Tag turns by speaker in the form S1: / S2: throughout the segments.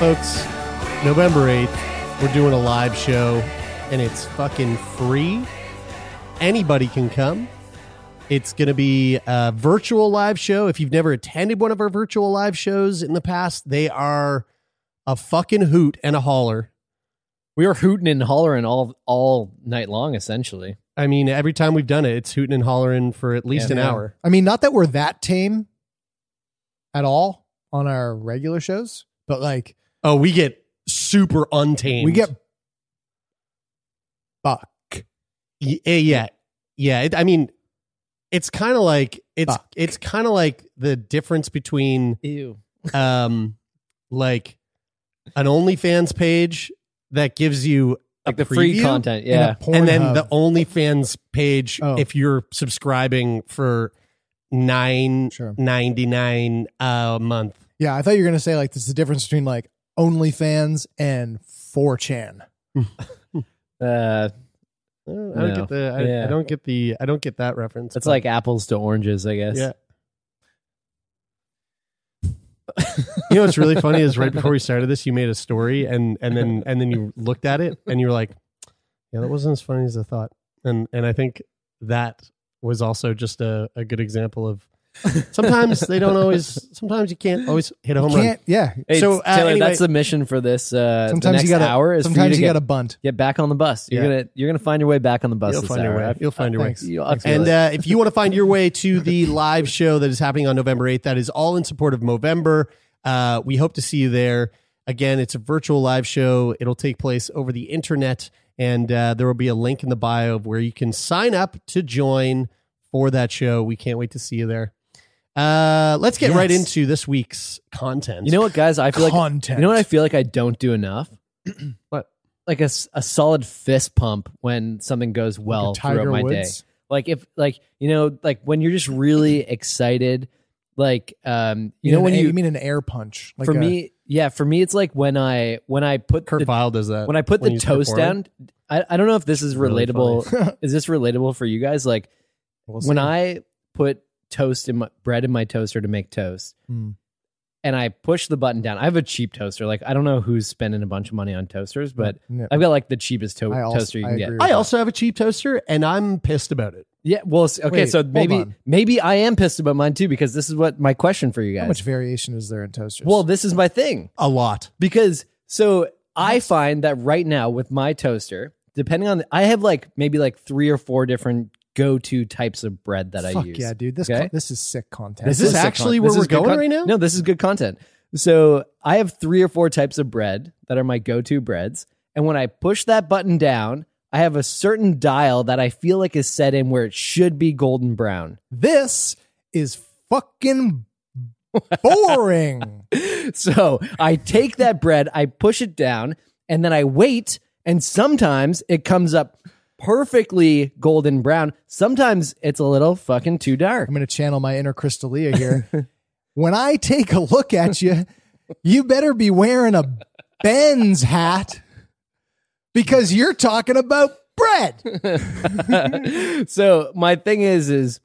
S1: Folks, November 8th, we're doing a live show and it's fucking free. Anybody can come. It's going to be a virtual live show. If you've never attended one of our virtual live shows in the past, they are a fucking hoot and a holler.
S2: We were hooting and hollering all all night long, essentially.
S1: I mean, every time we've done it, it's hooting and hollering for at least
S2: Yeah,
S1: an
S2: yeah.
S1: hour.
S3: I mean, not that we're that tame at all on our regular shows, but like
S1: Oh, we get super untamed.
S3: we get buck,
S1: Y- eh, yeah yeah it, i mean it's kind of like it's
S3: Fuck.
S1: it's kind of like the difference between
S2: Ew.
S1: um like an onlyfans page that gives you
S2: Like
S1: a
S2: the free
S1: preview,
S2: content,
S3: and a
S2: yeah.
S1: and then
S3: Pornhub.
S1: the onlyfans page
S3: Oh.
S1: if you're subscribing for nine
S3: Sure.
S1: ninety nine a month
S3: yeah, I thought you were gonna say like this is the difference between like OnlyFans and 4chan.
S2: Uh,
S1: I don't I don't
S2: No.
S1: get the I, I
S2: Yeah.
S1: don't get the I don't get that reference.
S2: it's
S1: but-
S2: like apples to oranges, I guess.
S1: Yeah. you know what's really funny is right before we started this, you made a story and and then and then you looked at it and you were like, "Yeah, that wasn't as funny as I thought." And and I think that was also just a, a good example of sometimes they don't always. Sometimes you can't always hit a home run.
S3: Can't, yeah.
S2: Hey,
S1: So, uh,
S2: Taylor,
S1: anyway-
S2: that's the mission for this. Uh, the
S3: Sometimes
S2: next
S3: you gotta.
S2: hour is for
S3: sometimes
S2: you to
S3: you,
S2: get,
S3: gotta bunt.
S2: get back on the bus. You're
S1: Yeah.
S2: gonna you're gonna find your way back on the bus.
S1: You'll
S2: this
S1: find your
S2: hour.
S1: way. You'll find your way.
S3: Thanks.
S2: You'll- I feel
S1: Uh, And
S2: it.
S1: uh, if you want to find your way to the live show that is happening on November 8th, that is all in support of Movember. Uh, we hope to see you there. Again, it's a virtual live show, it'll take place over the internet. And uh, there will be a link in the bio of where you can sign up to join for that show. We can't wait to see you there. Uh, let's get right
S3: Yes.
S1: into this week's content.
S2: you know what, guys? I feel like
S3: Content.
S2: you know what I feel like I don't do enough.
S1: What?
S2: Like a, s- a solid fist pump when something goes well
S3: Like a Tiger
S2: throughout my day.
S3: Woods.
S2: like if like you know like when you're just really excited like um you know
S3: mean
S2: when
S3: an-
S2: you,
S3: mean an air punch? Like
S2: for
S3: a-
S2: me yeah for me it's like when i when i put
S1: Kurt
S2: the,
S1: Vile does that.
S2: when i put the
S1: he's
S2: toast
S1: performing.
S2: down I, I don't know if this is
S1: Really
S2: relatable is this relatable for you guys like
S3: We'll
S2: when
S3: see.
S2: i put toast in my bread in my toaster to make toast
S3: Hmm.
S2: and i push the button down i have a cheap toaster like i don't know who's spending a bunch of money on toasters but
S3: No.
S2: i've got like the cheapest to-
S3: I also-
S2: toaster you
S3: I
S2: can get
S3: agree with
S1: I
S3: that.
S1: also have a cheap toaster and I'm pissed about it.
S2: Yeah, well, s- okay,
S3: Wait,
S2: so
S3: hold
S2: maybe
S3: on.
S2: maybe I am pissed about mine too because this is what my question for you
S3: How
S2: guys.
S3: much variation is there in toasters?
S2: well, this is my thing
S1: A lot.
S2: because so I find that right now with my toaster, depending on I have like maybe like three or four different go-to types of bread that I
S3: Fuck
S2: use.
S3: yeah, dude. This
S2: okay?
S3: con- this is sick content.
S1: This is
S2: sick
S1: actually
S2: content.
S1: where
S2: This
S1: we're
S2: is good
S1: going
S2: con-
S1: right now?
S2: No, this is good content. So I have three or four types of bread that are my go-to breads, and when I push that button down, I have a certain dial that I feel like is set in where it should be golden brown.
S3: this is fucking boring.
S2: So I take that bread, I push it down, and then I wait. And sometimes it comes up perfectly golden brown. Sometimes it's a little fucking too dark.
S3: I'm going to channel my inner Crystalia here. when I take a look at you, you better be wearing a Ben's hat because you're talking about bread.
S2: so my thing is, is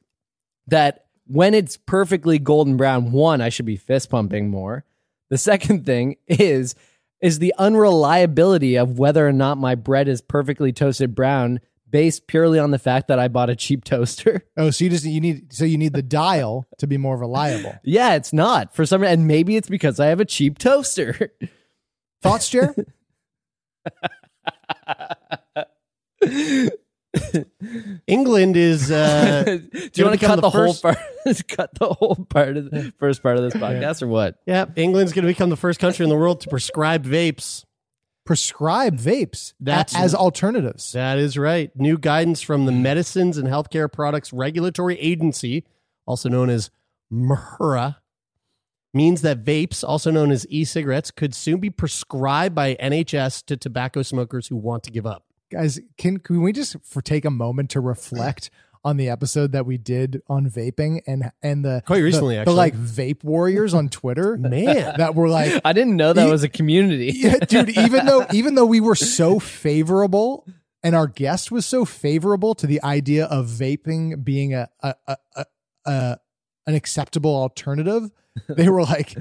S2: that when it's perfectly golden brown, one, I should be fist pumping more. The second thing is, is the unreliability of whether or not my bread is perfectly toasted brown based purely on the fact that I bought a cheap toaster.
S3: Oh, so you just you need so you need the dial to be more reliable.
S2: Yeah, it's not for some, and maybe it's because I have a cheap toaster.
S3: Thoughts, Jer?
S1: England is uh,
S2: do you want to
S1: become
S2: cut the,
S1: the
S2: whole
S1: first-
S2: part? cut the whole part of the first part of this podcast, or what?
S1: yeah, England's going to become the first country in the world to prescribe vapes.
S3: Prescribe vapes a-
S1: That's-
S3: as alternatives.
S1: That is right. New guidance from the Medicines and Healthcare Products Regulatory Agency, also known as MHRA, means that vapes, also known as e-cigarettes, could soon be prescribed by NHS to tobacco smokers who want to give up.
S3: Guys, can, can we just for take a moment to reflect on the episode that we did on vaping and and the
S1: Quite recently,
S3: the, the
S1: actually.
S3: like vape warriors on Twitter?
S1: Man.
S3: that were like
S2: I didn't know that
S3: You-
S2: was a community.
S3: yeah, dude. Even though even though we were so favorable and our guest was so favorable to the idea of vaping being a a a, a, a an acceptable alternative, they were like,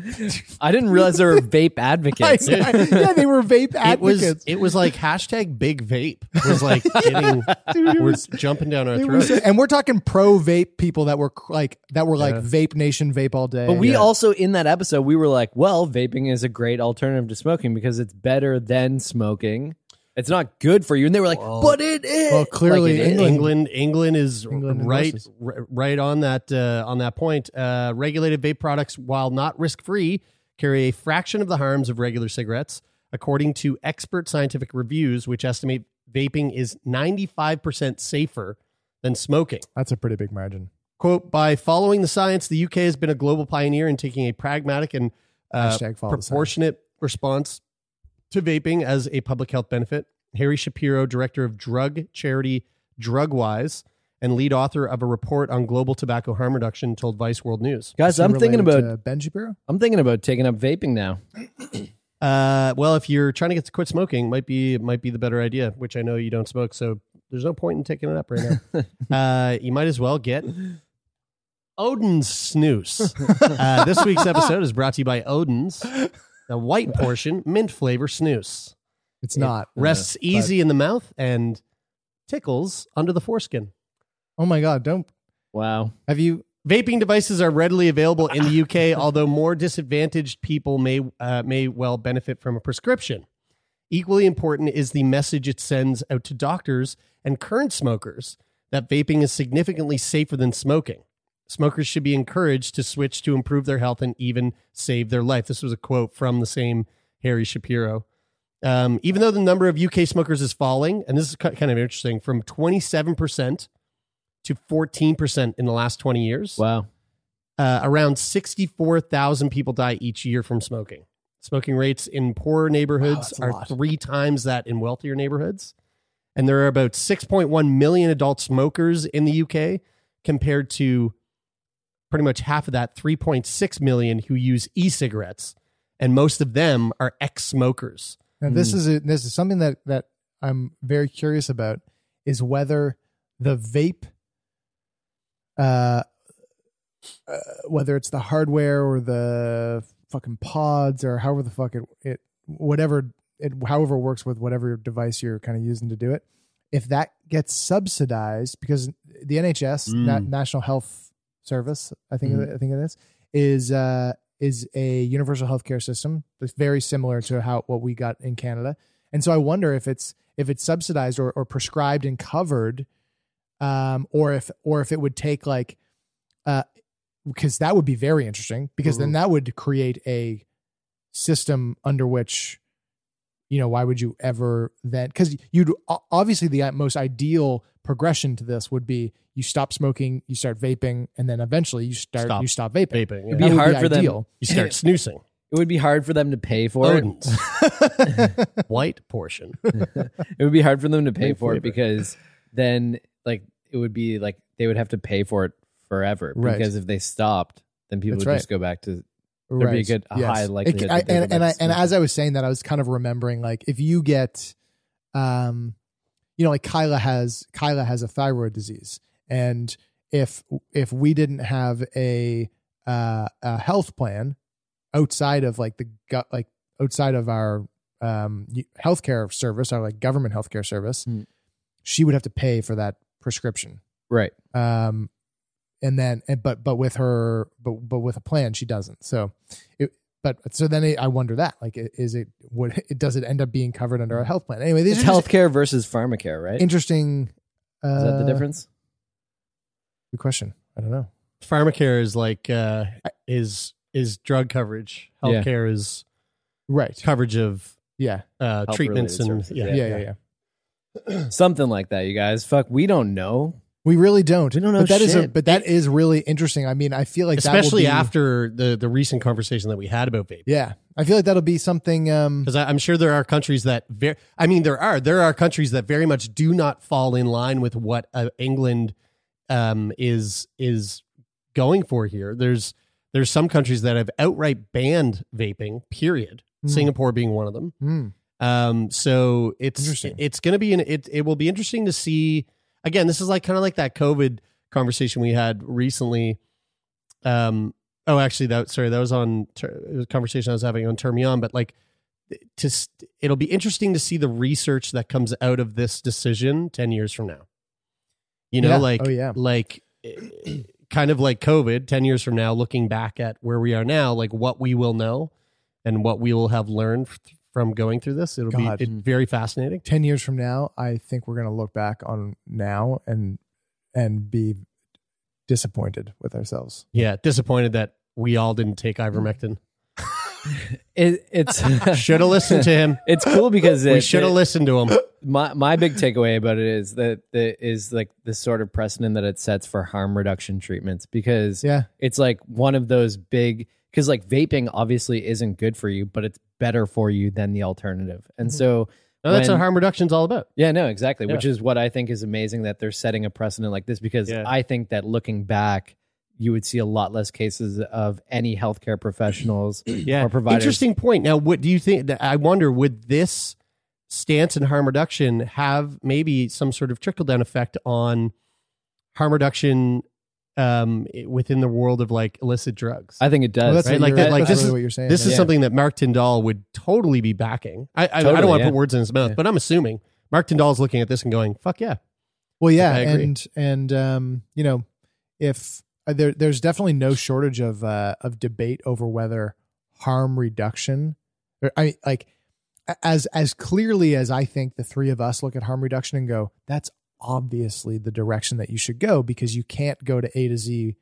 S2: I didn't realize there were vape advocates.
S3: yeah, they were vape
S1: It was
S3: advocates.
S1: it was like hashtag big vape was like getting
S3: Dude, it
S1: we're
S3: was-
S1: jumping down our
S3: it was-
S1: throats.
S3: and we're talking pro vape people that were cr- like that were like
S1: Yeah.
S3: vape nation vape all day.
S2: But we
S3: Yeah.
S2: also in that episode we were like, well, vaping is a great alternative to smoking because it's better than smoking. It's not good for you. And they were like, but it is.
S3: well clearly
S2: Like, it-
S3: England,
S1: England, England is
S3: England
S1: right,
S3: endorses.
S1: r- right on that uh, on that point. Uh, regulated vape products, while not risk free, carry a fraction of the harms of regular cigarettes, according to expert scientific reviews, which estimate vaping is ninety five percent safer than smoking.
S3: that's a pretty big margin.
S1: Quote: By following the science, the UK has been a global pioneer in taking a pragmatic and uh,
S3: Hashtag follow the science.
S1: proportionate response to vaping as a public health benefit. Harry Shapiro, director of drug charity DrugWise and lead author of a report on global tobacco harm reduction, told Vice World News.
S3: Is
S2: guys,
S3: he
S2: I'm thinking about
S3: related to Ben Shapiro.
S2: I'm thinking about taking up vaping now.
S1: Uh, well, if you're trying to get to quit smoking, might be might be the better idea. Which I know you don't smoke, so there's no point in taking it up right now. uh, you might as well get Odin's snooze. uh, this week's episode is brought to you by Odin's, the white portion mint flavor snooze.
S3: It's not. Uh,
S1: Rests easy in the mouth and tickles under the foreskin.
S3: Oh my god! Don't
S2: Wow.
S3: have you
S1: Vaping devices are readily available in the UK, although more disadvantaged people may uh, may well benefit from a prescription. Equally important is the message it sends out to doctors and current smokers that vaping is significantly safer than smoking. Smokers should be encouraged to switch to improve their health and even save their life. This was a quote from the same Harry Shapiro. Um, even though the number of UK smokers is falling, and this is ki- kind of interesting, from 27% to 14% in the last 20 years
S2: Wow.
S1: uh, around 64,000 people die each year from smoking. Smoking rates in poorer neighborhoods
S3: that's a
S1: are
S3: lot.
S1: three times that in wealthier neighborhoods. And there are about 6.1 million adult smokers in the UK compared to pretty much half of that, 3.6 million who use e cigarettes. And most of them are ex smokers.
S3: Now, this is a, this is something that that I'm very curious about is whether the vape, uh, uh, whether it's the hardware or the fucking pods or however the fuck it it whatever it however it works with whatever device you're kind of using to do it, if that gets subsidized because the NHS Na- National Health Service, I think I think it is is uh is a universal healthcare system that's very similar to how what we got in Canada. And so I wonder if it's if it's subsidized or, or prescribed and covered, um, or if or if it would take like uh because that would be very interesting because then that would create a system under which you know why would you ever then because you'd o- obviously the uh, most ideal progression to this would be you stop smoking you start vaping and then eventually you start
S1: Stop
S3: you stop vaping
S1: Vaping.
S2: It'd
S1: yeah.
S2: be
S3: that would
S2: hard
S3: be
S2: for them.
S3: ideal.
S1: You start snoozing.
S2: It would be hard for them to pay for
S1: Odin's
S3: them.
S1: white portion.
S2: it. It would be hard for them to pay for
S1: flavor.
S2: it because then like it would be like they would have to pay for it forever.
S3: Right.
S2: Because if they stopped, then people
S3: That's
S2: would just go back to
S3: There'd
S2: be a good- a high likelihood
S3: I,
S2: that they
S3: and
S2: go
S3: and, I,
S2: back to
S3: and
S2: smoking.
S3: as I was saying that, I was kind of remembering like if you get, um, you know, like Kyla has Kyla has a thyroid disease, and if if we didn't have a uh, a health plan outside of like the gut like outside of our um y- healthcare service, our like government healthcare service,
S2: Hmm.
S3: she would have to pay for that prescription.
S2: right.
S3: um and then and, but but with her but but with a plan she doesn't so it But so then I wonder that like is it what it does it end up being covered under a health plan anyway? These
S2: It's
S3: are just
S2: healthcare versus pharmacare, right?
S3: interesting. Uh,
S2: Is that the difference?
S3: Good question. I don't know.
S1: Pharmacare is like uh, is is drug coverage.
S2: Yeah.
S1: Healthcare is
S3: Right.
S1: coverage of
S3: Yeah.
S1: uh,
S2: Health-related
S1: treatments and
S2: services,
S1: yeah.
S3: Yeah. Yeah. Yeah.
S2: Something like that, you guys. Fuck, we don't know.
S3: We really don't.
S2: We don't know
S3: But that is a
S2: shit.
S3: but that is really interesting. I mean, I feel like that will
S1: especially
S3: be-
S1: after the the recent conversation that we had about vaping.
S3: Yeah, I feel like that'll be something. Um,
S1: Because I'm sure there are countries that very, I mean, there are there are countries that very much do not fall in line with what uh, England um, is is going for here. There's there's some countries that have outright banned vaping. Period.
S3: Hmm.
S1: Singapore being one of them.
S3: hmm.
S1: Um, so it's
S3: Interesting.
S1: it's going to be an it it will be interesting to see. Again, this is like kind of like that COVID conversation we had recently. Um, oh, actually, that sorry, that was on Tur- it was a conversation I was having on Turn Me On, but like to s- it'll be interesting to see the research that comes out of this decision ten years from now. You know,
S3: Yeah.
S1: like
S3: Oh, yeah.
S1: like eh, kind of like COVID ten years from now, looking back at where we are now, like what we will know and what we will have learned f- from going through this. It'll
S3: God.
S1: be it, very fascinating.
S3: ten years from now, I think we're gonna look back on now and and be disappointed with ourselves.
S1: Yeah, disappointed that we all didn't take ivermectin.
S2: It, it's
S1: Should have listened to him.
S2: it's cool because it,
S1: we should have
S2: it-
S1: listened to him.
S2: my my big takeaway about it is that the is like the sort of precedent that it sets for harm reduction treatments because
S3: Yeah,
S2: it's like one of those big because like vaping obviously isn't good for you, but it's better for you than the alternative,
S3: Mm-hmm.
S2: and so
S1: No, that's
S2: when-
S1: what harm reduction's all about.
S2: Yeah, no, exactly.
S1: Yeah.
S2: Which is what I think is amazing that they're setting a precedent like this because
S1: Yeah.
S2: I think that looking back, you would see a lot less cases of any healthcare professionals
S1: yeah.
S2: or providers.
S1: Interesting point. Now, what do you think? I wonder would this stance in harm reduction have maybe some sort of trickle down effect on harm reduction um, within the world of like illicit drugs?
S2: I think it does.
S3: Well, that's
S1: right?
S3: what
S1: Like
S3: you're-
S1: that- like
S3: that's
S1: this
S3: really
S1: is-
S3: what you're saying.
S1: this is
S2: Yeah.
S1: something that Mark Tyndall would totally be backing. I, I, I
S2: Totally,
S1: don't want to
S2: yeah.
S1: put words in his mouth,
S2: Yeah.
S1: but I'm assuming Mark Tyndall's looking at this and going, "Fuck yeah,
S3: Well, yeah,
S1: I agree.
S3: and and um, you know, if uh, there, there's definitely no shortage of uh, of debate over whether harm reduction, or, I like a- as as clearly as I think the three of us look at harm reduction and go, that's obviously the direction that you should go because you can't go to A to Z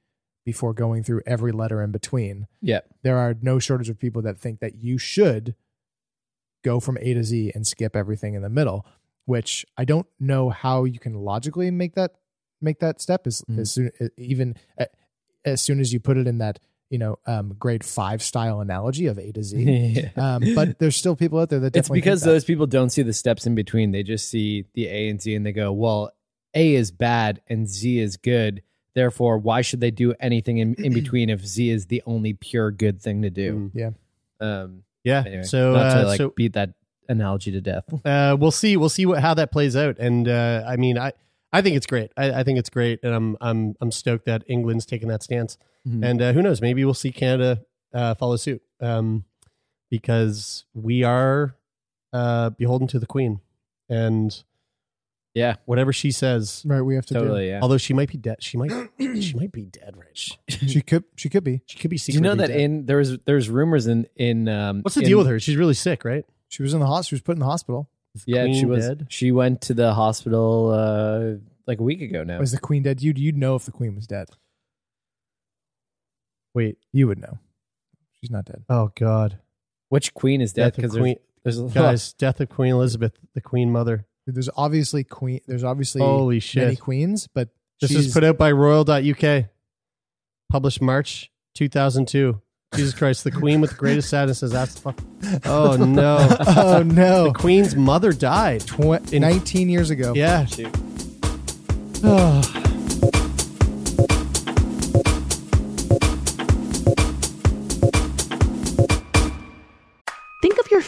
S3: before going through every letter in between.
S2: Yeah.
S3: there are no shortage of people that think that you should go from A to Z and skip everything in the middle which I don't know how you can logically make that make that step as
S2: Mm.
S3: as soon even uh, as soon as you put it in that you know um, grade five style analogy of A to Z.
S2: Yeah.
S3: um, but there's still people out there that
S2: it's
S3: definitely
S2: because
S3: think
S2: those people don't see the steps in between. They just see the A and Z and they go, well, A is bad and Z is good. Therefore, why should they do anything in, in between if Z is the only pure good thing to do?
S1: Mm.
S3: Yeah.
S2: Um,
S1: yeah."
S2: anyway,
S1: so,
S2: not to
S1: uh,
S2: like
S1: so
S2: beat that analogy to death.
S1: uh, we'll see. We'll see what how that plays out. And uh, I mean, I I think it's great. I, I think it's great, and I'm I'm I'm stoked that England's taking that stance.
S2: Mhm.
S1: And uh, who knows? Maybe we'll see Canada uh, follow suit um, because we are uh, beholden to the Queen and
S2: Yeah.
S1: whatever she says.
S3: that. right. We have to
S2: Totally, yeah.
S1: Although she might be dead, she might she might be dead right now.
S3: do. She could she could be.
S1: She could be
S2: Do
S1: secretly
S2: you know that
S1: dead.
S2: in there was there's rumors in in um
S1: What's the
S2: in-
S1: deal with her? She's really sick, right?
S3: She was in the hospital. She was put in the hospital.
S2: Yeah,
S1: Queen
S2: she was.
S1: dead?
S2: She went to the hospital uh like a week ago now.
S3: Was the queen dead? You'd you'd know if the queen was dead.
S1: Wait.
S3: You would know. She's not dead.
S1: Oh God.
S2: Which queen is dead?
S1: Death of
S2: Because
S1: Queen
S2: there's, there's a lot-
S1: guys, death of Queen Elizabeth, the Queen Mother.
S3: There's obviously queen. There's obviously
S1: Holy
S3: many
S1: shit.
S3: queens, but
S1: This
S3: she's,
S1: is put out by royal.uk. Published March 2002. Jesus Christ, the Queen with the greatest sadness has asked the fuck. Oh no.
S3: oh no,
S1: The Queen's mother died.
S3: Tw-
S1: in-
S3: 19 years ago.
S1: Yeah.
S4: Think of your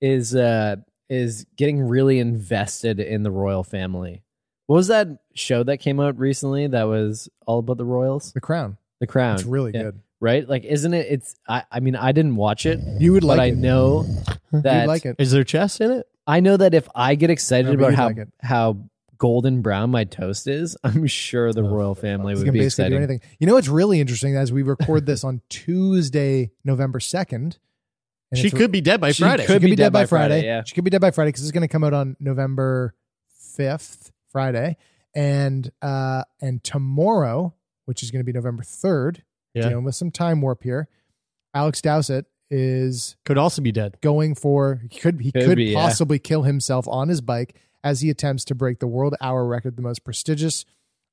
S2: is uh is getting really invested in the royal family. What was that show that came out recently that was all about the royals?
S3: The Crown.
S2: The Crown.
S3: It's really
S2: Yeah.
S3: good.
S2: Right? Like isn't it it's I I mean I didn't watch it,
S3: You would
S2: but
S3: like
S2: I
S3: it.
S2: know that
S3: You'd like it.
S1: Is there chess in it?
S2: I know that if I get excited
S3: No, but
S2: about
S3: you'd
S2: how
S3: like it.
S2: how golden brown my toast is, I'm sure
S3: Oh,
S2: the royal family
S3: You
S2: would
S3: can
S2: be
S3: basically
S2: excited.
S3: do anything. You know what's really interesting as we record this on Tuesday, November second.
S1: She could be dead by
S3: she
S1: Friday.
S3: Could be, dead, by Friday.
S2: yeah.
S3: She could be dead by Friday because it's going to come out on November fifth, Friday, and uh, and tomorrow, which is going to be November third,
S1: Yeah.
S3: dealing with some time warp here. Alex Dowsett is
S1: Could also be dead.
S3: going for he could he
S2: Could
S3: could,
S2: be, yeah.
S3: possibly kill himself on his bike as he attempts to break the world hour record, the most prestigious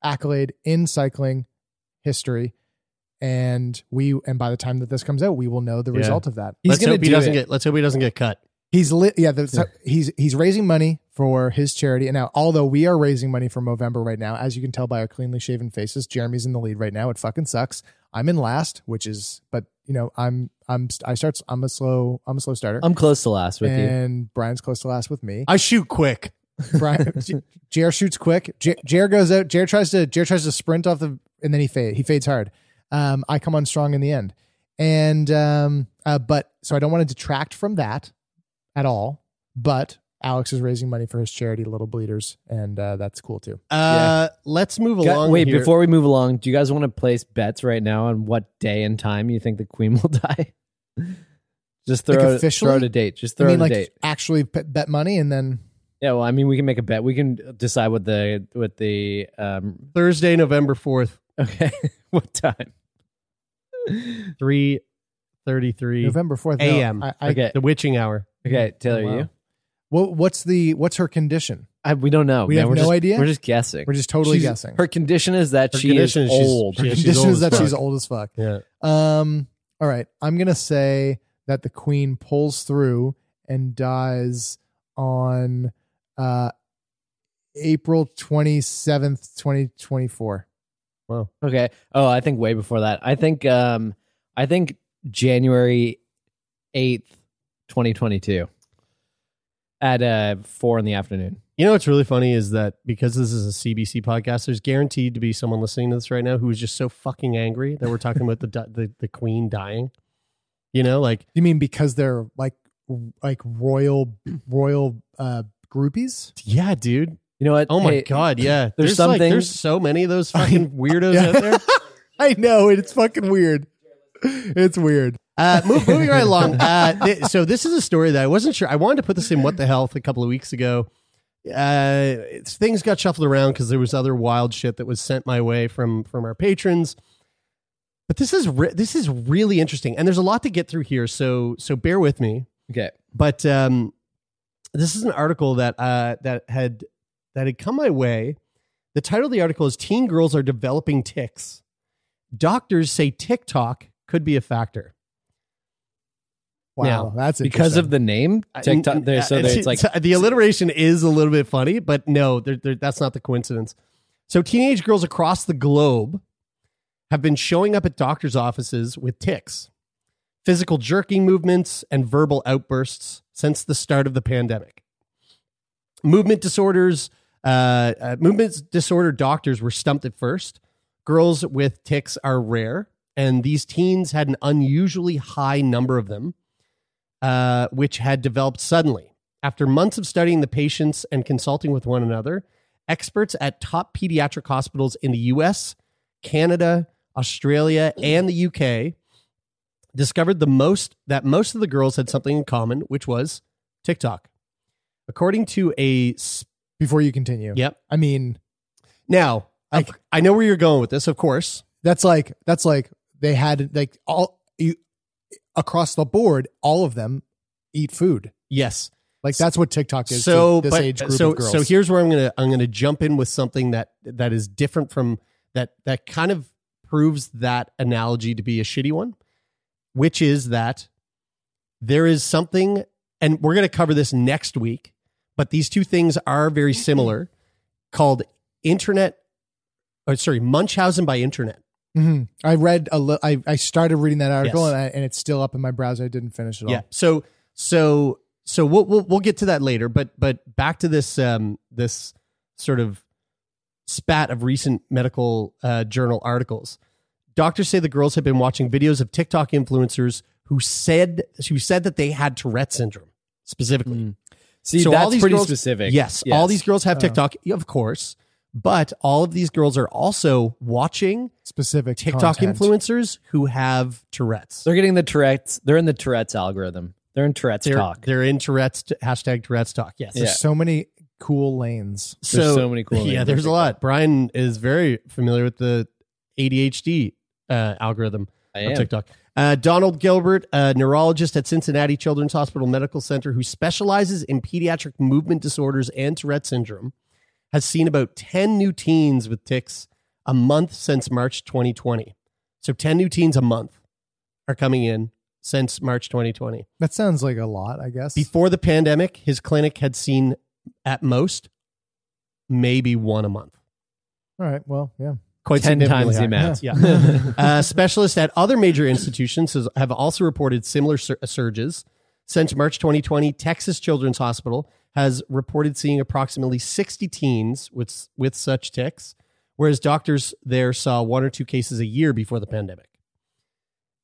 S3: accolade in cycling history. And we and by the time that this comes out, we will know the
S1: Yeah.
S3: result of that.
S1: let's
S2: gonna
S1: hope he
S2: do
S1: doesn't
S2: it.
S1: get. Let's hope he doesn't get cut.
S3: He's li- yeah, the, so he's he's raising money for his charity. And now, although we are raising money for Movember right now, as you can tell by our cleanly shaven faces, Jeremy's in the lead right now. It fucking sucks. I'm in last, which is but you know I'm I'm st- I start I'm a slow I'm a slow starter.
S2: I'm close to last with you.
S3: and Brian's close to last with me.
S1: I shoot quick.
S3: Brian, J- Jair shoots quick. J- Jair goes out. Jair tries to Jair tries to sprint off the, and then he fade. He fades hard. Um, I come on strong in the end, and um, uh, but so I don't want to detract from that at all. But Alex is raising money for his charity, Little Bleeders, and uh, that's cool too.
S1: Uh, Let's move
S2: Gu-
S1: along.
S2: Wait,
S1: here.
S2: before we move along, do you guys want to place bets right now on what day and time you think the queen will die? Just
S3: Like
S2: throw, out-
S3: officially?
S2: throw out a date. Just throw
S3: I
S2: out
S3: mean,
S2: a
S3: like
S2: date.
S3: actually p- bet money, and then
S2: Yeah, well, I mean, we can make a bet. We can decide what the what the um.
S1: Thursday, November fourth,
S2: Okay, what time?
S1: three thirty-three
S3: November fourth no,
S1: a.m.
S3: I, I,
S2: Okay.
S1: the witching hour.
S2: Okay, Taylor,
S3: Oh, Wow.
S2: you.
S3: What, what's the what's her condition?
S2: I, we don't know.
S3: We
S2: man.
S3: have
S2: we're
S3: no
S2: just,
S3: idea?
S2: We're just guessing.
S3: We're just totally
S2: She's-
S3: guessing.
S2: Her condition is that
S1: Her
S2: she is
S1: condition is she's-
S2: old.
S1: she- she's
S3: condition
S1: old
S3: is
S1: as
S3: that
S1: fuck.
S3: she's old as fuck.
S1: Yeah.
S3: Um. All right. I'm gonna say that the queen pulls through and dies on uh April twenty seventh, twenty twenty four.
S2: Okay. Oh, I think way before that. I think um, I think January eighth, twenty twenty two, at uh four in the afternoon.
S1: You know what's really funny is that because this is a CBC podcast, there's guaranteed to be someone listening to this right now who is just so fucking angry that we're talking about the di- the, the queen dying. You know, like
S3: You mean because they're like like royal royal uh groupies?
S1: yeah, dude.
S2: You know what?
S1: Oh my
S2: Hey,
S1: god, yeah.
S2: there's some
S1: like, there's
S2: things-
S1: so many of those fucking weirdos out there.
S3: I know it's fucking weird. It's weird.
S1: Uh, move, moving right along. Uh, thi- so this is a story that I wasn't sure. I wanted to put this in What the Health a couple of weeks ago. Uh, it's, things got shuffled around because there was other wild shit that was sent my way from from our patrons. But this is re- this is really interesting, and there's a lot to get through here. So so bear with me.
S2: Okay.
S1: But um, this is an article that uh, that had that had come my way. The title of the article is "Teen Girls Are Developing Ticks." Doctors say TikTok could be a factor.
S3: Wow,
S1: Now,
S3: that's
S2: Because of
S3: interesting.
S2: the name TikTok, there, so there, it's like
S1: the alliteration is a little bit funny, but no, there- there- that's not the coincidence. So teenage girls across the globe have been showing up at doctors' offices with tics, physical jerking movements, and verbal outbursts since the start of the pandemic. Movement disorders, uh, uh, movement disorder doctors were stumped at first. Girls with tics are rare, and these teens had an unusually high number of them uh, which had developed suddenly. After months of studying the patients and consulting with one another, experts at top pediatric hospitals in the US, Canada, Australia, and the UK discovered the most that most of the girls had something in common, which was TikTok. According to a sp-
S3: before you continue.
S1: yep.
S3: I mean,
S1: Now, I, I know where you're going with this, of course.
S3: that's like that's like they had like all you across the board all of them eat food
S1: Yes.
S3: Like that's what TikTok is
S1: so
S3: to this
S1: but-
S3: age group
S1: so
S3: of girls.
S1: so here's where i'm gonna i'm gonna jump in with something that that is different from that that kind of proves that analogy to be a shitty one which is that there is something and we're gonna cover this next week but these two things are very similar called internet or sorry munchausen by internet
S3: Mhm. I read a li- I, I started reading that article
S1: Yes.
S3: and, I, and it's still up in my browser. I didn't finish it all.
S1: Yeah. So so so we'll we'll, we'll get to that later. But but back to this um this sort of spat of recent medical uh, journal articles. Doctors say the girls have been watching videos of TikTok influencers who said who said that they had Tourette syndrome specifically.
S2: Hmm. See, that's pretty
S1: girls-
S2: specific.
S1: Yes, all
S2: Yes.
S1: these girls have
S3: Oh.
S1: TikTok, of course, but all of these girls are also watching
S3: Specific
S1: TikTok
S3: content.
S1: influencers who have Tourette's.
S2: They're getting the Tourette's. They're in the Tourette's algorithm. They're in Tourette's
S1: they're,
S2: talk.
S1: They're in Tourette's hashtag Tourette's talk. Yes.
S3: There's
S2: Yeah.
S3: so many cool lanes.
S2: There's so many cool names
S1: Yeah,
S2: on
S1: there's a
S2: TikTok.
S1: lot. Brian is very familiar with the ADHD uh, algorithm
S2: I
S1: on
S2: am.
S1: TikTok. Uh, Donald Gilbert, a neurologist at Cincinnati Children's Hospital Medical Center who specializes in pediatric movement disorders and Tourette syndrome, has seen about 10 new teens with tics a month since March 2020. So 10 new teens a month are coming in since March 2020.
S3: That sounds like a lot, I guess.
S1: Before the pandemic, his clinic had seen at most maybe one a month.
S3: all right. Well, yeah.
S1: Quite
S2: Ten
S1: significantly
S2: times the
S1: higher.
S2: amount.
S1: Yeah. uh, specialists at other major institutions has- have also reported similar sur- uh, surges. Since March 2020, Texas Children's Hospital has reported seeing approximately 60 teens with, with such tics, whereas doctors there saw one or two cases a year before the pandemic.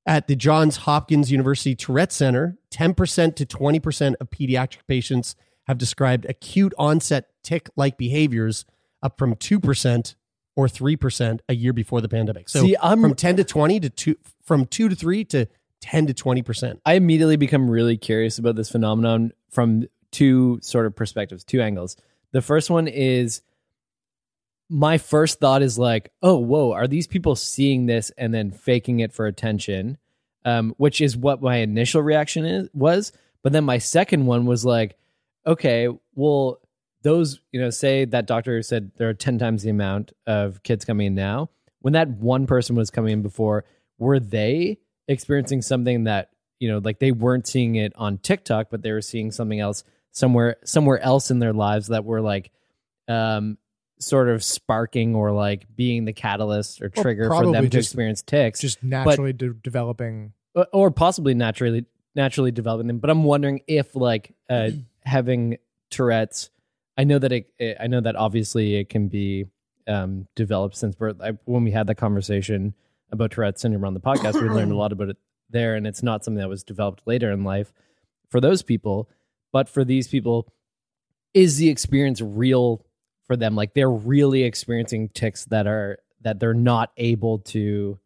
S1: At the Johns Hopkins University Tourette Center, 10% to 20% of pediatric patients have described acute onset tic like behaviors, up from 2% or 3% a year before the pandemic. So
S2: See, I'm-
S1: from 10 to 20 to 2 from 2 to 3 to 10 to 20%.
S2: I immediately become really curious about this phenomenon from two sort of perspectives, two angles. The first one is my first thought is like, oh, whoa, are these people seeing this and then faking it for attention? Um, which is what my initial reaction is, was. But then my second one was like, okay, well, those, you know, say that doctor said there are 10 times the amount of kids coming in now. When that one person was coming in before, were they experiencing something that you know like they weren't seeing it on TikTok, but they were seeing something else somewhere somewhere else in their lives that were like um sort of sparking or like being the catalyst or
S3: Well,
S2: trigger for
S3: probably
S2: them to
S3: just-
S2: experience ticks
S3: Just naturally de- developing.
S2: or- Uh, or possibly naturally naturally developing them but i'm wondering if like uh having tourette's i know that it, it i know that obviously it can be um developed since birth I, when we had that conversation about tourette's syndrome on the podcast we learned a lot about it there and it's not something that was developed later in life for those people but for these people is the experience real for them like they're really experiencing ticks that are that they're not able to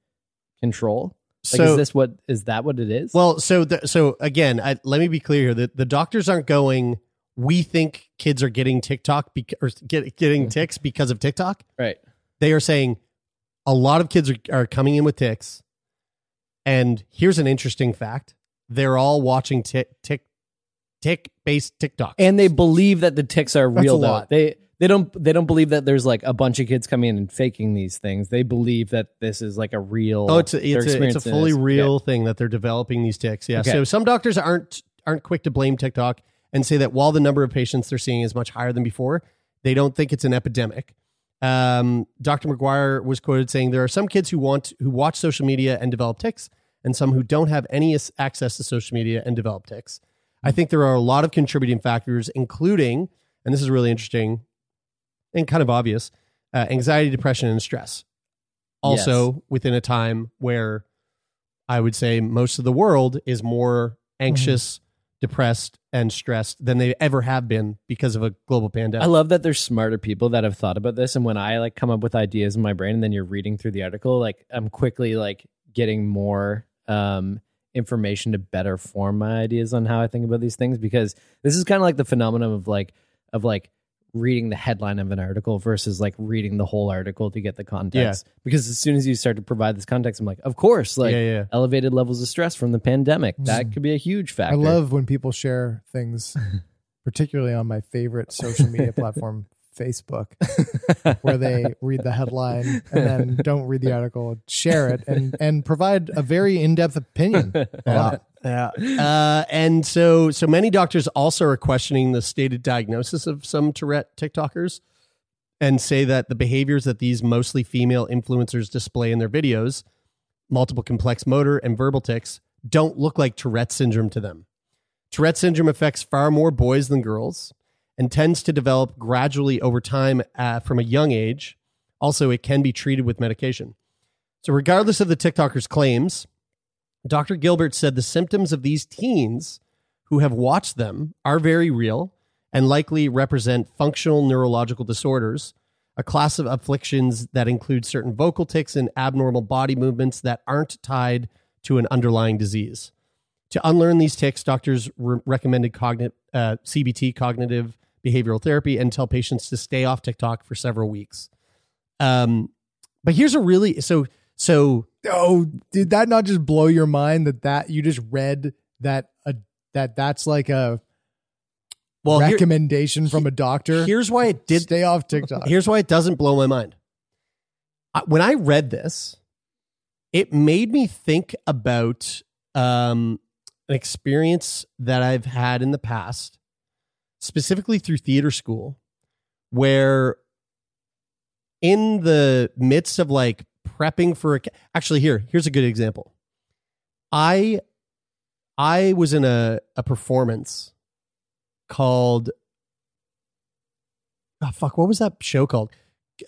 S2: control like, is this what is that what it is?
S1: Well, so the, so again, I, let me be clear here. The, the doctors aren't going. We think kids are getting TikTok bec- or get,
S2: Mm-hmm.
S1: getting ticks because of TikTok.
S2: right.
S1: They are saying a lot of kids are, are coming in with ticks. And here's an interesting fact: they're all watching tick tick tick based TikTok.
S2: And they believe that the ticks are
S3: That's
S2: real.
S3: a
S2: though.
S3: lot.
S2: They they don't they don't believe that there's like a bunch of kids coming in and faking these things. They believe that this is like a real.
S1: oh, it's a,
S2: they're
S1: it's, a, it's a
S2: experiencing
S1: fully
S2: this.
S1: real thing that they're developing these ticks. Yeah.
S2: Okay.
S1: So some doctors aren't aren't quick to blame TikTok and say that while the number of patients they're seeing is much higher than before, they don't think it's an epidemic. Um, Dr. McGuire was quoted saying there are some kids who want who watch social media and develop ticks, and some who don't have any as- access to social media and develop ticks. I think there are a lot of contributing factors, including, and this is really interesting and kind of obvious, uh, anxiety, depression, and stress. Also, within a time where I would say most of the world is more
S2: Mm-hmm.
S1: anxious, depressed, and stressed than they ever have been because of a global pandemic.
S2: I love that there's smarter people that have thought about this. And when I like come up with ideas in my brain, and then you're reading through the article, like I'm quickly like getting more um, information to better form my ideas on how I think about these things. Because this is kind of like the phenomenon of like of like reading the headline of an article versus like reading the whole article to get the context. Because as soon as you start to provide this context, I'm like, of course, like
S1: yeah, yeah.
S2: elevated levels of stress from the pandemic. That
S3: Mm.
S2: could be a huge factor.
S3: I love when people share things particularly on my favorite social media platform, Facebook, where they read the headline and then don't read the article, share it, and and provide a very in depth opinion. Wow.
S1: Yeah. Uh, and so, so many doctors also are questioning the stated diagnosis of some Tourette TikTokers and say that the behaviors that these mostly female influencers display in their videos, multiple complex motor and verbal tics, don't look like Tourette syndrome to them. Tourette syndrome affects far more boys than girls and tends to develop gradually over time uh, from a young age. Also, it can be treated with medication. So, regardless of the TikToker's claims, Dr. Gilbert said the symptoms of these teens who have watched them are very real and likely represent functional neurological disorders, a class of afflictions that include certain vocal tics and abnormal body movements that aren't tied to an underlying disease. To unlearn these tics, doctors re- recommended cognit- uh, CBT, cognitive behavioral therapy, and tell patients to stay off TikTok for several weeks. Um, but here's a really so so
S3: Oh, did that not just blow your mind that that you just read that uh, that that's like a
S1: well here-
S3: recommendation from a doctor?
S1: here's why it did
S3: Stay off TikTok.
S1: Here's why it doesn't blow my mind. I, when I read this, it made me think about um, an experience that I've had in the past, specifically through theater school, where in the midst of like prepping for a, actually here here's a good example. I I was in a a performance called oh, fuck what was that show called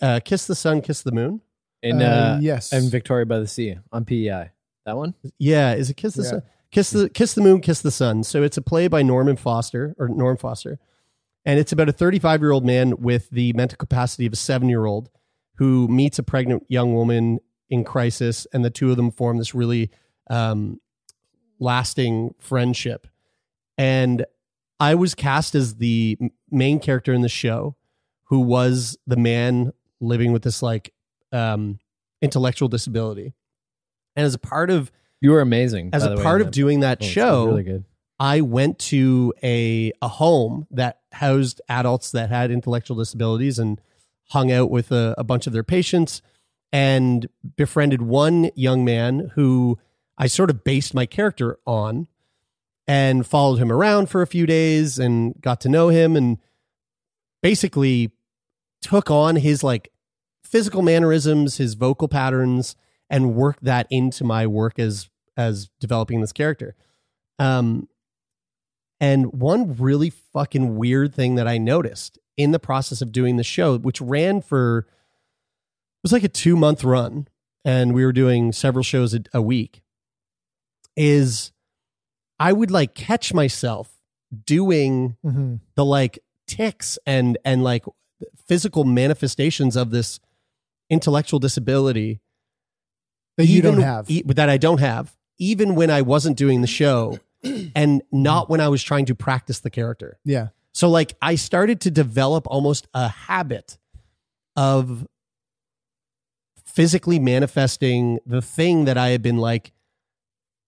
S1: uh kiss the sun kiss the moon
S2: in uh,
S3: yes,
S2: in Victoria by the Sea on PEI. That one?
S1: yeah is it kiss the
S3: Yeah.
S1: sun kiss the kiss the moon kiss the sun so it's a play by norman foster or norm foster and it's about a 35 year old man with the mental capacity of a 7 year old who meets a pregnant young woman in crisis and the two of them form this really um lasting friendship and i was cast as the m- main character in the show who was the man living with this like um intellectual disability and as a part of
S2: You were amazing.
S1: as
S2: by
S1: a
S2: the way,
S1: part
S2: in
S1: of doing that
S2: Oh, it's
S1: show
S2: really good.
S1: I went to a a home that housed adults that had intellectual disabilities and hung out with a, a bunch of their patients and befriended one young man who I sort of based my character on and followed him around for a few days and got to know him and basically took on his like physical mannerisms, his vocal patterns and worked that into my work as as developing this character. Um and one really fucking weird thing that I noticed in the process of doing the show, which ran for, it was like a two month run, and we were doing several shows a, a week, is I would like catch myself doing
S3: hmm
S1: the like ticks and and like physical manifestations of this intellectual disability
S3: that you
S1: even-
S3: don't have.
S1: e- that I don't have, even when I wasn't doing the show, and not when I was trying to practice the character.
S3: yeah,
S1: So like I started to develop almost a habit of physically manifesting the thing that I had been like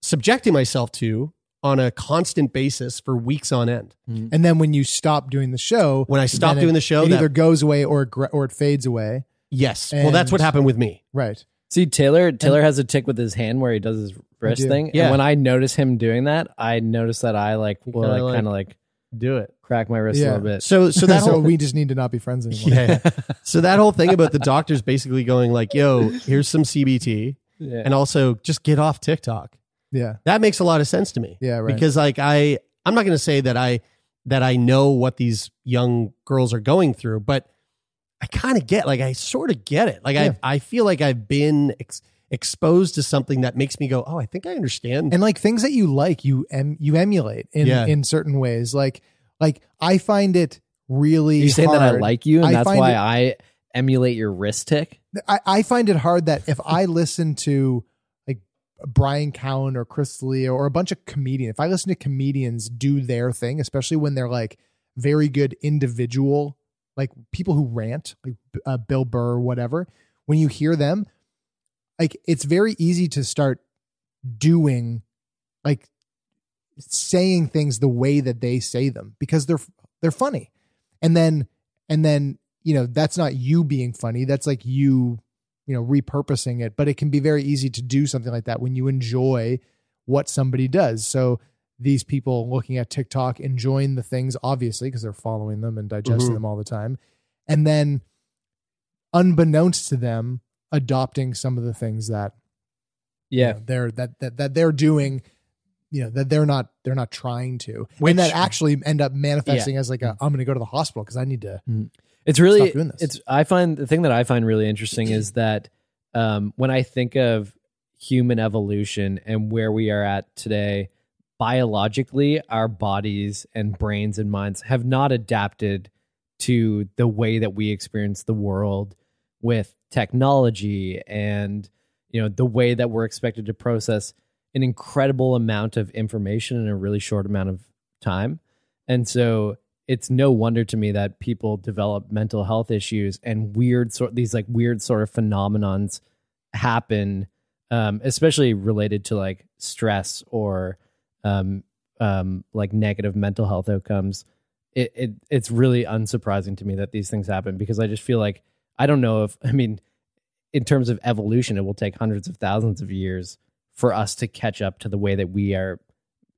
S1: subjecting myself to on a constant basis for weeks on end.
S3: and then when you stop doing the show,
S1: When I stopped
S3: then it-
S1: doing the show,
S3: it
S1: that-
S3: either goes away or it gra- or it fades away.
S1: Yes. well, that's
S3: And-
S1: what happened with me.
S3: Right.
S2: See Taylor. Taylor has a tick with his hand where he does his wrist
S3: do.
S2: thing.
S1: Yeah.
S2: And when I notice him doing that, I notice that I like will
S1: kinda
S2: like,
S1: like-
S2: kind of like
S1: Do it.
S2: crack my wrist
S3: Yeah.
S2: a little bit.
S1: So so that
S3: so
S1: whole
S3: we just need to not be friends anymore.
S1: yeah. So that whole thing about the doctors basically going like, "Yo, here's some CBT
S2: Yeah.
S1: and also just get off TikTok."
S3: Yeah.
S1: That makes a lot of sense to me.
S3: Yeah, right.
S1: Because like I I'm not going to say that I that I know what these young girls are going through, but I kind of get like I sort of get it. Like
S3: Yeah.
S1: I I feel like I've been ex- exposed to something that makes me go, "Oh, I think I understand."
S3: and like things that you like you em- you emulate in
S1: Yeah.
S3: in certain ways like like i find it really
S2: You're saying that I
S3: hard-
S2: like you, and
S3: I
S2: that's
S3: find
S2: why
S3: it-
S2: I emulate your wrist tick.
S3: I, I find it hard that if i listen to like brian cowan or chris leo or a bunch of comedians if i listen to comedians do their thing especially when they're like very good individual like people who rant like uh, bill burr or whatever when you hear them like it's very easy to start doing like saying things the way that they say them because they're They're funny. And then and then, you know, that's not you being funny. That's like you, you know, repurposing it, but it can be very easy to do something like that when you enjoy what somebody does. So these people looking at TikTok enjoying the things obviously because they're following them and digesting
S1: Mhm.
S3: them all the time. And then unbeknownst to them adopting some of the things that
S2: Yeah.
S3: know, they're that, that that they're doing you know that they're not they're not trying to
S2: Which-
S3: and that actually end up manifesting as like a, i'm gonna go to the hospital because i need to
S2: It's really
S3: Stop doing this.
S2: it's I find the thing that I find really interesting is that um, when I think of human evolution and where we are at today, biologically, our bodies and brains and minds have not adapted to the way that we experience the world with technology and you know the way that we're expected to process an incredible amount of information in a really short amount of time. And so it's no wonder to me that people develop mental health issues and weird sort these like weird sort of phenomenons happen, um, especially related to like stress or um, um, like negative mental health outcomes. It, it it's really unsurprising to me that these things happen because I just feel like I don't know if I mean, in terms of evolution, it will take hundreds of thousands of years for us to catch up to the way that we are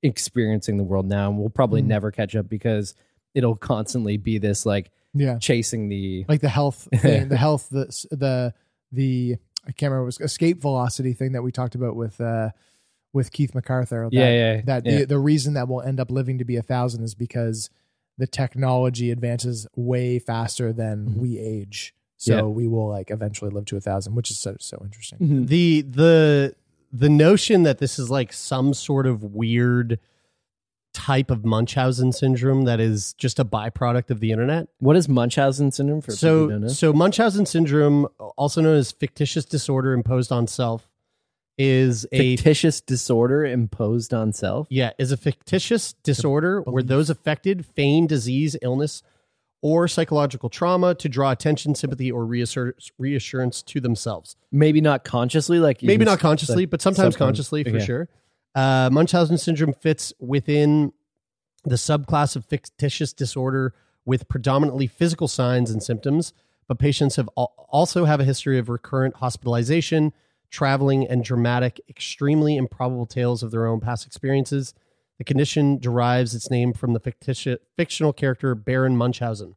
S2: experiencing the world now, and we'll probably
S3: Mhm.
S2: never catch up because it'll constantly be this like
S3: yeah
S2: chasing the
S3: like the health thing the health the the the i can't remember what it was escape velocity thing that we talked about with uh with keith macarthur that,
S2: Yeah, yeah,
S3: that
S2: yeah.
S3: The, the reason that we'll end up living to be a thousand is because the technology advances way faster than we age so
S2: Mm-hmm. Yeah.
S3: we will like eventually live to a thousand which is so so interesting
S1: the the the notion that this is like some sort of weird type of Munchausen syndrome that is just a byproduct of the internet.
S2: What is Munchausen syndrome for people who don't
S1: So
S2: know?
S1: so Munchausen syndrome, also known as fictitious disorder imposed on self, is a
S2: fictitious disorder imposed on self.
S1: Yeah, is a fictitious disorder where those affected feign disease, illness, or psychological trauma to draw attention, sympathy, or reassur- reassurance to themselves.
S2: Maybe not consciously, like you
S1: Maybe
S2: can
S1: not
S2: s-
S1: consciously,
S2: like
S1: but sometimes
S2: subcon-
S1: consciously for
S2: Okay.
S1: sure. Uh, Munchausen syndrome fits within the subclass of fictitious disorder with predominantly physical signs and symptoms, but patients have al- also have a history of recurrent hospitalization, traveling, and dramatic, extremely improbable tales of their own past experiences. The condition derives its name from the fictitious, fictional character Baron Munchausen.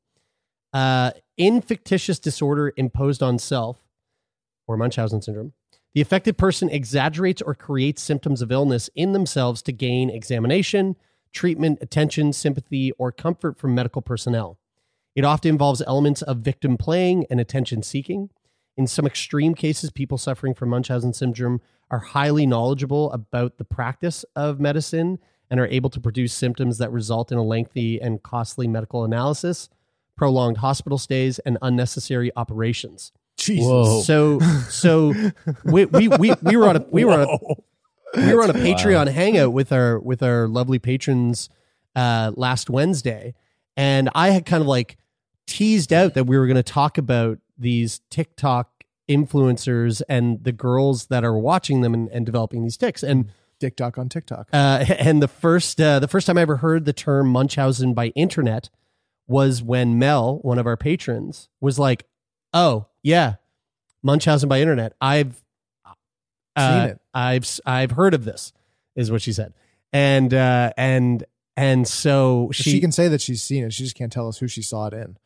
S1: Uh, in fictitious disorder imposed on self, or Munchausen syndrome, the affected person exaggerates or creates symptoms of illness in themselves to gain examination, treatment, attention, sympathy, or comfort from medical personnel. It often involves elements of victim playing and attention seeking. In some extreme cases, people suffering from Munchausen syndrome are highly knowledgeable about the practice of medicine and are able to produce symptoms that result in a lengthy and costly medical analysis, prolonged hospital stays, and unnecessary operations.
S3: Jesus.
S2: Whoa.
S1: So so we, we we we were on a we were on a, we were on a Patreon hangout with our with our lovely patrons uh last Wednesday and I had kind of like teased out that we were going to talk about these TikTok influencers and the girls that are watching them and, and developing these ticks and
S3: dick doc on tiktok
S1: uh, and the first uh, the first time I ever heard the term Munchausen by internet was when Mel, one of our patrons, was like, "Oh yeah, Munchausen by internet. I've uh,
S3: Seen it.
S1: I've s- I've heard of this," is what she said, and uh, and and so
S3: But
S1: she
S3: she, can say that she's seen it. She just can't tell us who she saw it in.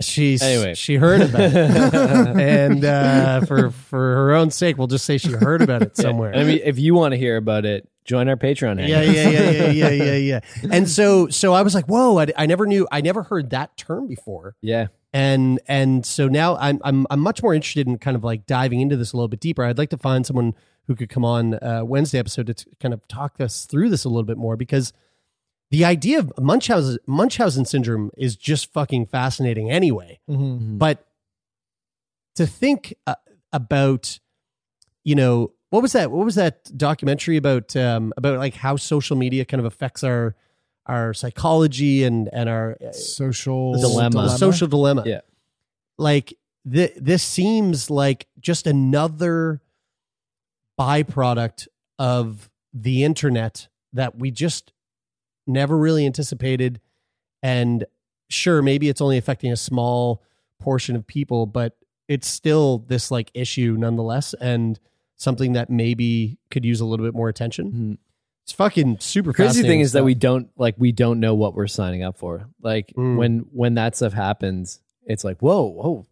S1: she's
S2: Anyway.
S1: she heard about it, and uh, for for her own sake, we'll just say she heard about it somewhere.
S2: I mean, if you want to hear about it, join our Patreon. hangout.
S1: yeah, yeah, yeah, yeah, yeah, yeah, yeah. And so, so I was like, whoa, I, I never knew, I never heard that term before.
S2: yeah.
S1: And and so now I'm I'm I'm much more interested in kind of like diving into this a little bit deeper. I'd like to find someone who could come on uh, Wednesday episode to t- kind of talk us through this a little bit more because the idea of Munchausen Munchausen syndrome is just fucking fascinating anyway.
S2: Mm-hmm.
S1: But to think uh, about, you know, what was that? What was that documentary about? Um, about like how social media kind of affects our our psychology and and our uh,
S3: Social
S2: Dilemma.
S1: the social dilemma.
S2: Yeah.
S1: like th- this seems like just another byproduct of the internet that we just never really anticipated, and sure, maybe it's only affecting a small portion of people, but it's still this like issue nonetheless, and something that maybe could use a little bit more attention. It's fucking super.
S2: Hmm. crazy
S1: fascinating
S2: thing is that
S1: stuff.
S2: we don't like we don't know what we're signing up for. Like
S1: Mm.
S2: when when that stuff happens, it's like whoa, whoa,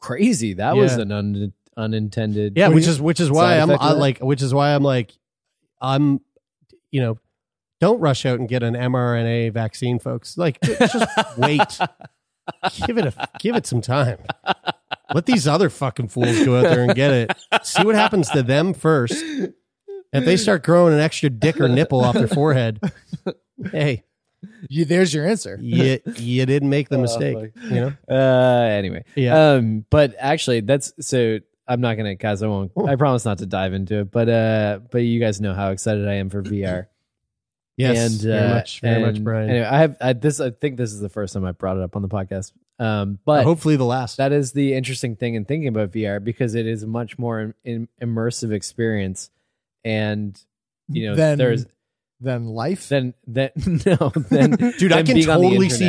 S2: crazy! That was
S1: Yeah.
S2: an un, unintended.
S1: yeah, which is which is why
S2: side
S1: I'm
S2: effect of
S1: I,
S2: that.
S1: like which is why I'm like I'm you know don't rush out and get an mRNA vaccine, folks. Like j- just wait, give it a give it some time. Let these other fucking fools go out there and get it. See what happens to them first. If they start growing an extra dick or nipple off their forehead, hey,
S3: You, there's your answer.
S1: you you didn't make the mistake. you know.
S2: Oh, Uh, anyway,
S1: Yeah.
S2: Um, but actually, that's so. I'm not gonna, guys. I won't. I promise not to dive into it. But uh, but you guys know how excited I am for VR.
S1: Yes,
S2: and,
S1: very
S2: uh,
S1: much, very much,
S2: and
S1: Brian.
S2: Anyway, I have I, this. I think this is the first time I brought it up on the podcast. Um, but
S1: Hopefully the last.
S2: that is the interesting thing in thinking about VR because it is a much more im im- immersive experience, and you know
S3: Then-
S2: there's
S3: Then life.
S2: then then no then
S1: Dude, I
S2: then
S1: can
S2: being on the
S1: totally see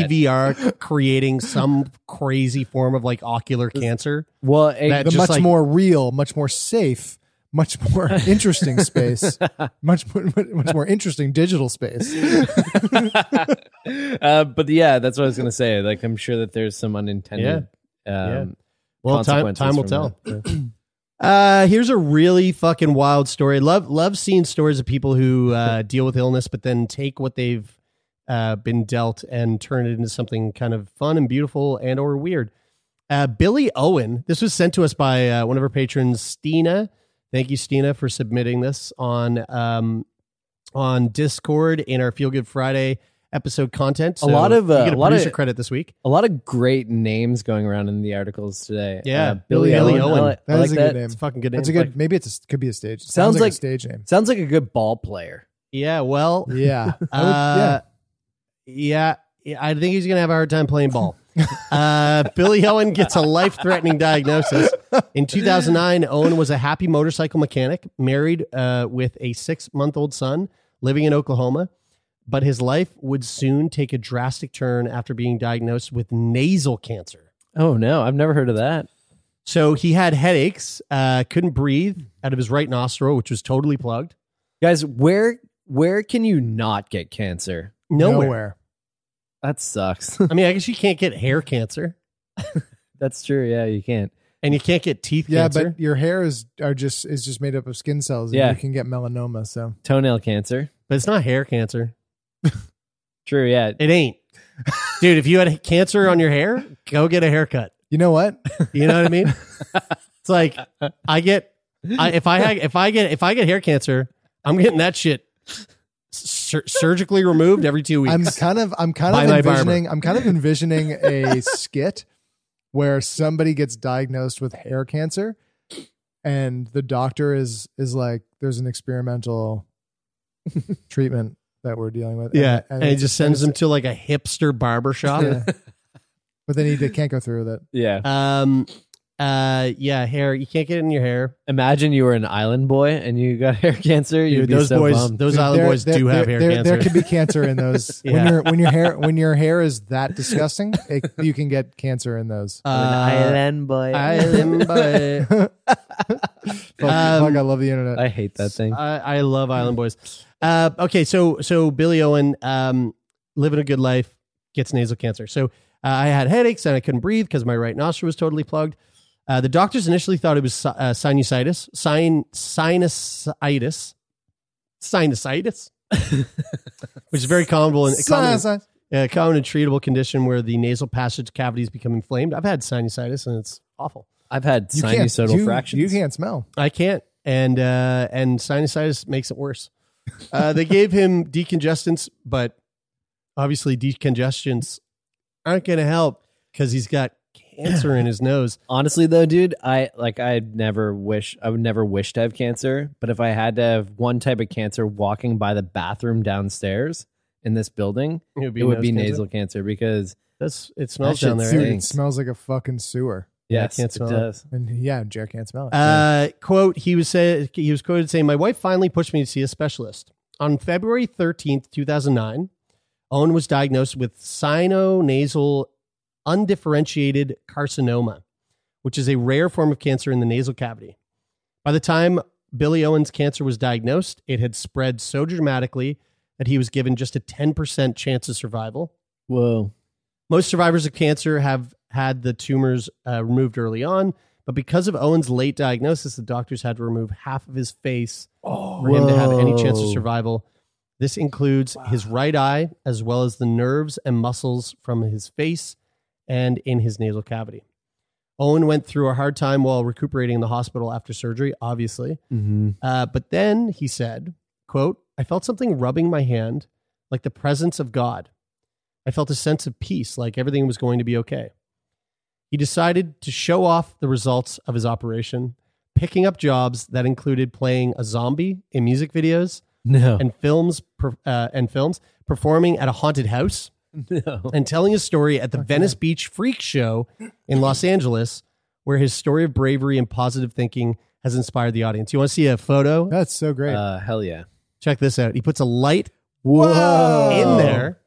S1: VR
S2: internet.
S1: c- creating some crazy form of like ocular cancer.
S2: Well, it-
S1: that
S3: the
S1: just,
S3: much
S1: like-
S3: more real, much more safe, much more interesting space, much more, much more interesting digital space.
S2: uh, but yeah, that's what I was gonna say. Like, I'm sure that there's some unintended.
S1: Yeah.
S2: Um,
S1: Well, time
S2: consequences
S1: time will tell.
S2: from that.
S1: Uh, here's a really fucking wild story. Love love seeing stories of people who uh, deal with illness, but then take what they've uh, been dealt and turn it into something kind of fun and beautiful and or weird. Uh, Billy Owen. This was sent to us by uh, one of our patrons, Stina. Thank you, Stina, for submitting this on um, on Discord in our Feel Good Friday episode content.
S2: A lot of, uh,
S1: you get a,
S2: a lot of-
S1: producer credit this week.
S2: A lot of great names going around in the articles today.
S1: Yeah.
S2: Uh, Billy,
S1: Billy
S2: Owen.
S1: Owen.
S2: I li- I
S3: That is
S2: like
S3: a good
S2: that.
S3: name.
S1: It's a fucking good name.
S3: That's a
S1: Like,
S3: good. Maybe it's a, could be a stage.
S2: Sounds
S3: like,
S2: like-
S3: a stage name.
S2: Sounds like a good ball player.
S1: yeah. Well.
S3: Yeah. I would-
S1: Uh, yeah. yeah, I think he's gonna have a hard time playing ball. uh, Billy Owen gets a life-threatening diagnosis. In 2009, Owen was a happy motorcycle mechanic, married uh, with a six-month-old son, living in Oklahoma. But his life would soon take a drastic turn after being diagnosed with nasal cancer.
S2: Oh no, I've never heard of that.
S1: So he had headaches, uh, couldn't breathe out of his right nostril, which was totally plugged.
S2: Guys, where where can you not get cancer?
S1: Nowhere.
S2: That sucks.
S1: I mean, I guess you can't get hair cancer,
S2: that's true. Yeah, you can't.
S1: and you can't get teeth
S3: Yeah,
S1: cancer.
S3: but your hair is are just is just made up of skin cells. and
S2: Yeah.
S3: you can get melanoma. So
S2: Toenail cancer.
S1: But it's not hair cancer.
S2: True. Yeah.
S1: It ain't. Dude, if you had cancer on your hair, go get a haircut.
S3: you know what?
S1: You know what I mean? It's like I get I, if I had, if I get if I get hair cancer, I'm getting that shit sur- surgically removed every 2 weeks.
S3: I'm kind of I'm kind
S1: By
S3: of
S1: my barber.
S3: envisioning I'm kind of envisioning a skit where somebody gets diagnosed with hair cancer and the doctor is is like there's an experimental treatment that we're dealing with.
S1: yeah, and, it
S3: it's-
S1: just sends them
S3: it's-
S1: to like a hipster barber shop.
S3: yeah. But then he they can't go through with it.
S2: Yeah.
S1: Um uh yeah, hair. You can't get it in your hair.
S2: Imagine you were an island boy and you got hair cancer. You'd
S1: Dude,
S2: be
S1: those
S2: so
S1: boys
S2: bummed.
S1: those island
S3: There-
S1: boys
S3: there-
S1: do have hair
S3: there, there,
S1: cancer.
S3: There can be cancer in those. When
S1: Yeah.
S3: your when your hair when your hair is that disgusting, it, you can get cancer in those.
S1: Uh,
S2: boy.
S1: island boy.
S3: Fuck,
S1: um,
S3: fuck, I love the internet.
S2: I hate that thing.
S1: I, I love Island Boys. Uh, okay, so so Billy Owen, um, living a good life, gets nasal cancer. So uh, I had headaches and I couldn't breathe because my right nostril was totally plugged. Uh, the doctors initially thought it was si- uh, sinusitis, sin sinusitis, sinusitis, which is very common in, common,
S3: Science, science.
S1: uh, common and treatable condition where the nasal passage cavities become inflamed. I've had sinusitis and it's awful.
S2: I've had
S3: You can't-
S2: sinusoidal
S3: you-
S2: fractions.
S3: You can't smell.
S1: I can't, and uh, and sinusitis makes it worse. Uh, they gave him decongestants, but obviously decongestants aren't going to help because he's got cancer in his nose.
S2: Honestly, though, dude, I like. I never wish. I would never wish to have cancer. But if I had to have one type of cancer, walking by the bathroom downstairs in this building,
S1: It would
S2: it would
S1: nose
S2: be
S1: cancer.
S2: nasal cancer because
S1: That's it smells
S2: That
S1: down
S2: shit
S1: there.
S3: Dude,
S1: right?
S3: it
S2: Thanks.
S3: smells like a fucking sewer.
S1: Yeah, I
S2: yes,
S1: can't
S2: it
S1: smell it.
S2: does.
S3: And yeah, Joe can't smell it.
S1: Uh, quote: He was said he was quoted saying, "My wife finally pushed me to see a specialist on February thirteenth, two thousand nine. Owen was diagnosed with sinonasal undifferentiated carcinoma, which is a rare form of cancer in the nasal cavity. By the time Billy Owen's cancer was diagnosed, it had spread so dramatically that he was given just a 10% chance of survival.
S2: Whoa.
S1: Most survivors of cancer have had the tumors uh, removed early on, but because of Owen's late diagnosis, the doctors had to remove half of his face
S2: Oh,
S1: for him to have any chance of
S2: whoa.
S1: survival. This includes his right eye, as well as the nerves and muscles from his face and in his nasal cavity. Owen went through a hard time while recuperating in the hospital after surgery, obviously.
S2: Mhm.
S1: Uh, but then he said, quote, I felt something rubbing my hand, like the presence of God. I felt a sense of peace, like everything was going to be okay. He decided to show off the results of his operation, picking up jobs that included playing a zombie in music videos
S2: No.
S1: and films, per- uh, and films performing at a haunted house
S2: no.
S1: and telling his story at the Venice Beach Freak Show in Los Angeles, where his story of bravery and positive thinking has inspired the audience. You want to see a photo?
S3: That's so great.
S2: Uh, hell yeah.
S1: Check this out. He puts a light
S2: Whoa.
S1: in there,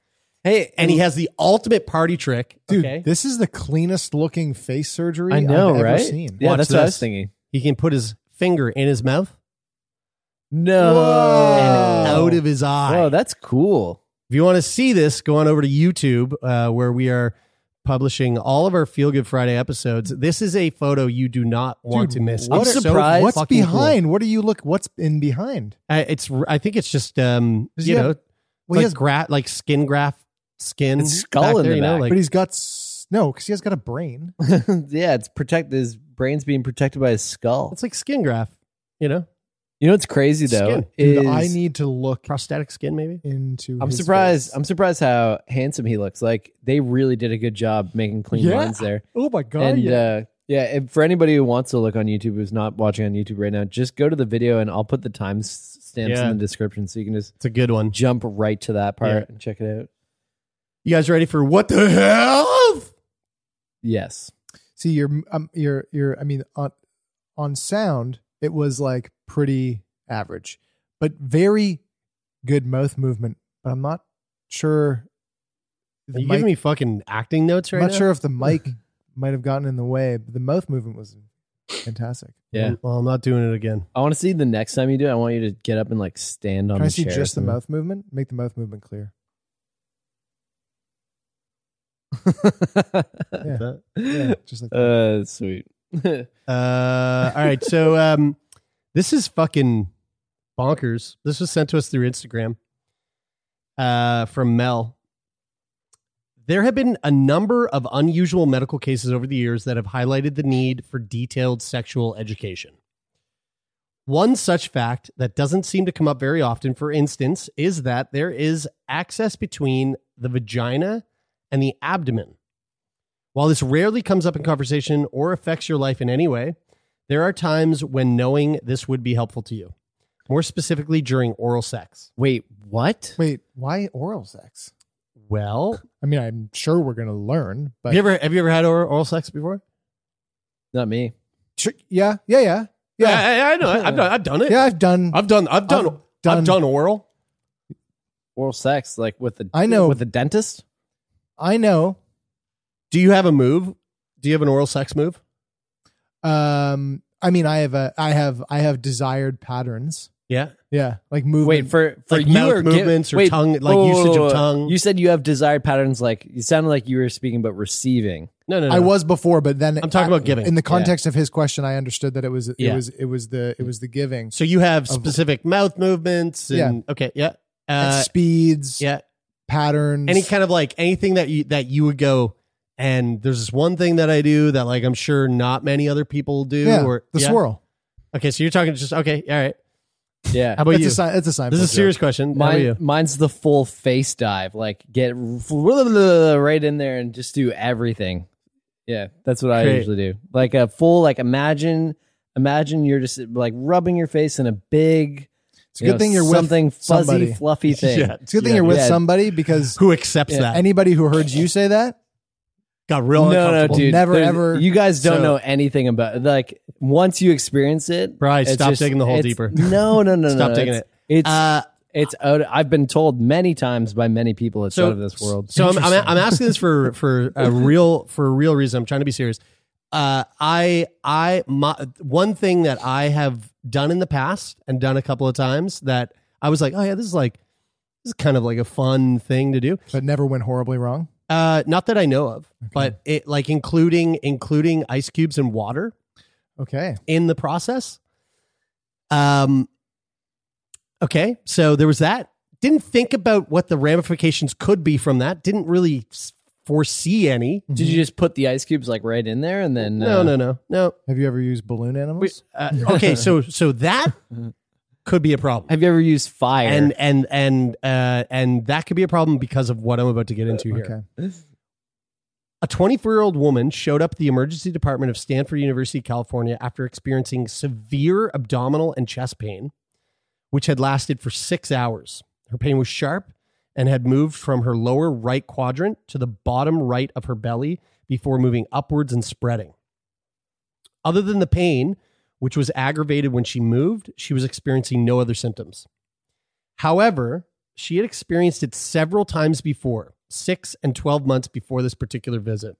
S2: Hey,
S1: and he has the ultimate party trick.
S3: Dude,
S1: okay?
S3: this is the cleanest looking face surgery
S2: I know,
S3: have
S2: right?
S3: ever seen.
S2: Yeah,
S1: Watch
S2: that's what I
S1: this.
S2: was thinking.
S1: he can put his finger in his mouth
S2: No.
S1: and
S3: Whoa. Oh.
S1: out of his eye.
S2: Whoa, that's cool.
S1: If you want to see this, go on over to YouTube uh, where we are publishing all of our Feel Good Friday episodes. This is a photo you do not want
S3: Dude,
S1: to miss.
S3: what
S1: It's
S2: are-
S1: so
S2: surprised.
S3: What's
S1: fucking cool.
S3: behind? What do you look? What's in behind?
S1: I, it's I think it's just um
S3: Does
S1: you
S3: he have-
S1: know
S3: Well,
S1: like
S3: he has,
S1: gra- like skin graft skin
S2: It's skull in the
S1: you know
S2: back.
S1: like
S3: but he's got s- no, because he has got a brain.
S2: yeah, it's protect his brain's being protected by his skull.
S1: it's like skin graft you know
S2: You know what's crazy though?
S1: Skin.
S3: Dude,
S2: is-
S3: I need to look
S1: prosthetic skin maybe
S3: into.
S2: I'm
S3: his
S2: surprised.
S3: face.
S2: I'm surprised how handsome he looks. Like they really did a good job making clean
S3: Yeah.
S2: lines there.
S3: oh my god!
S2: and
S3: yeah.
S2: uh, yeah, if for anybody who wants to look on YouTube who's not watching on YouTube right now, just go to the video and I'll put the time stamps
S1: Yeah.
S2: in the description so you can just
S1: it's a good one
S2: jump right to that part
S1: Yeah.
S2: and check it out.
S1: you guys ready for what the hell
S2: Yes.
S3: See, you're, um, you're, you're. I mean, on on sound, it was like pretty average, but very good mouth movement. But I'm not sure.
S1: Are
S3: the
S1: you
S3: mic-
S1: giving me fucking acting notes
S3: I'm
S1: right
S3: not
S1: now?
S3: sure if the mic might have gotten in the way, but the mouth movement was fantastic.
S2: Yeah.
S1: well I'm not doing it again
S2: I want to see the next time you do it. I want you to get up and like stand on
S3: Can I
S2: the
S3: see
S2: chair or
S3: just the
S2: something.
S3: mouth movement? Make the mouth movement clear. Yeah.
S1: That-
S3: Yeah, just like that.
S2: Uh, sweet.
S1: uh all right so um this is fucking bonkers this was sent to us through Instagram uh from Mel There have been a number of unusual medical cases over the years that have highlighted the need for detailed sexual education. One such fact that doesn't seem to come up very often, for instance, is that there is access between the vagina and the abdomen. While this rarely comes up in conversation or affects your life in any way, there are times when knowing this would be helpful to you, more specifically during oral sex.
S2: Wait, what?
S3: Wait, why oral sex?
S1: Well,
S3: I mean, I'm sure we're going to learn, but
S1: have you ever have you ever had oral, oral sex before?
S2: Not me.
S3: Sure, yeah, yeah, yeah, yeah,
S1: I, I- I know. I've done. I've done it.
S3: yeah. I've done.
S1: I've done. I've done.
S3: I've
S1: I've
S3: done-
S1: done oral.
S2: Oral sex, like with the
S3: I know.
S2: with the dentist.
S3: I know.
S1: Do you have a move? Do you have an oral sex move?
S3: Um, I mean, I have a, I have, I have desired patterns.
S1: Yeah.
S3: Yeah, like movement.
S2: Wait for for
S1: Like
S2: you
S1: mouth
S2: or gi-
S1: movements or
S2: wait,
S1: tongue- like
S2: whoa, whoa,
S1: usage of
S2: whoa, whoa.
S1: tongue.
S2: You said you have desired patterns. Like you sounded like you were speaking about receiving.
S1: No, no, no.
S3: I was before, but then
S1: I'm talking
S3: I-
S1: about giving.
S3: In the context of his question, I understood that it was, it
S1: Yeah.
S3: was, it was the, it was the giving.
S1: So you have specific mouth movements. And, Okay. Yeah. Uh,
S3: And speeds,
S1: yeah.
S3: patterns.
S1: Any kind of like anything that you that you would go. And there's this one thing that I do that like I'm sure not many other people do.
S3: yeah,
S1: or
S3: the
S1: yeah.
S3: swirl.
S1: Okay. So you're talking just okay. All right.
S2: Yeah.
S1: How about
S3: It's
S1: you?
S3: a sign. It's a sign.
S1: this is a serious question. How about
S2: Mine,
S1: you?
S2: mine's the full face dive. Like get right in there and just do everything. Yeah, that's what I
S1: Great.
S2: usually do. Like a full, like imagine, imagine you're just like rubbing your face in a big.
S3: It's a good thing you're with
S2: something fuzzy,
S3: somebody.
S2: fluffy thing.
S1: Yeah.
S3: It's a good thing you're with
S2: Yeah.
S3: somebody because
S1: Who accepts
S2: Yeah,
S1: that?
S3: anybody who heard you say that
S1: Got real
S2: no, no,
S1: uncomfortable.
S2: dude.
S3: Never,
S2: there's-
S3: ever-
S2: You guys don't
S1: So-
S2: know anything about like once you experience it.
S1: Bryce,
S2: it's
S1: stop
S2: just-
S1: digging the hole
S2: it's-
S1: deeper.
S2: No, no, no, no.
S1: Stop digging
S2: it's- It's
S1: Uh,
S2: It's out. I've been told many times by many people it's out of this world.
S1: So I'm, I'm, I'm asking this for for a real for a real reason. I'm trying to be serious. Uh, I I my, one thing that I have done in the past and done a couple of times that I was like, oh yeah, this is like this is kind of like a fun thing to do.
S3: But never went horribly wrong.
S1: Uh, not that I know of, but it like including including ice cubes and water
S3: Okay.
S1: in the process. Um, okay, so there was that. Didn't think about what the ramifications could be from that. Didn't really s- foresee any.
S2: Did you just put the ice cubes like right in there and then?
S1: No,
S2: uh,
S1: no, no, no.
S3: Have you ever used balloon animals?
S1: Uh, okay, so so that could be a problem,
S2: Have you ever used fire?
S1: and and and uh, and that could be a problem because of what I'm about to get into here.
S3: okay.
S1: A 24 year old woman showed up at the emergency department of Stanford University, California, after experiencing severe abdominal and chest pain, which had lasted for six hours. Her pain was sharp and had moved from her lower right quadrant to the bottom right of her belly before moving upwards and spreading. Other than the pain, which was aggravated when she moved, she was experiencing no other symptoms. However, she had experienced it several times before, six and 12 months before this particular visit.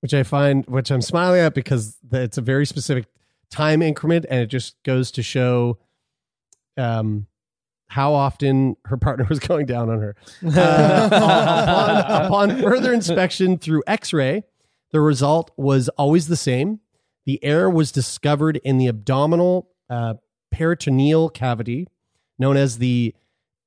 S1: Which I find, which I'm smiling at because th- it's a very specific time increment and it just goes to show um, how often her partner was going down on her. Uh, upon, upon further inspection through x ray, the result was always the same. The error was discovered in the abdominal uh, peritoneal cavity, known as the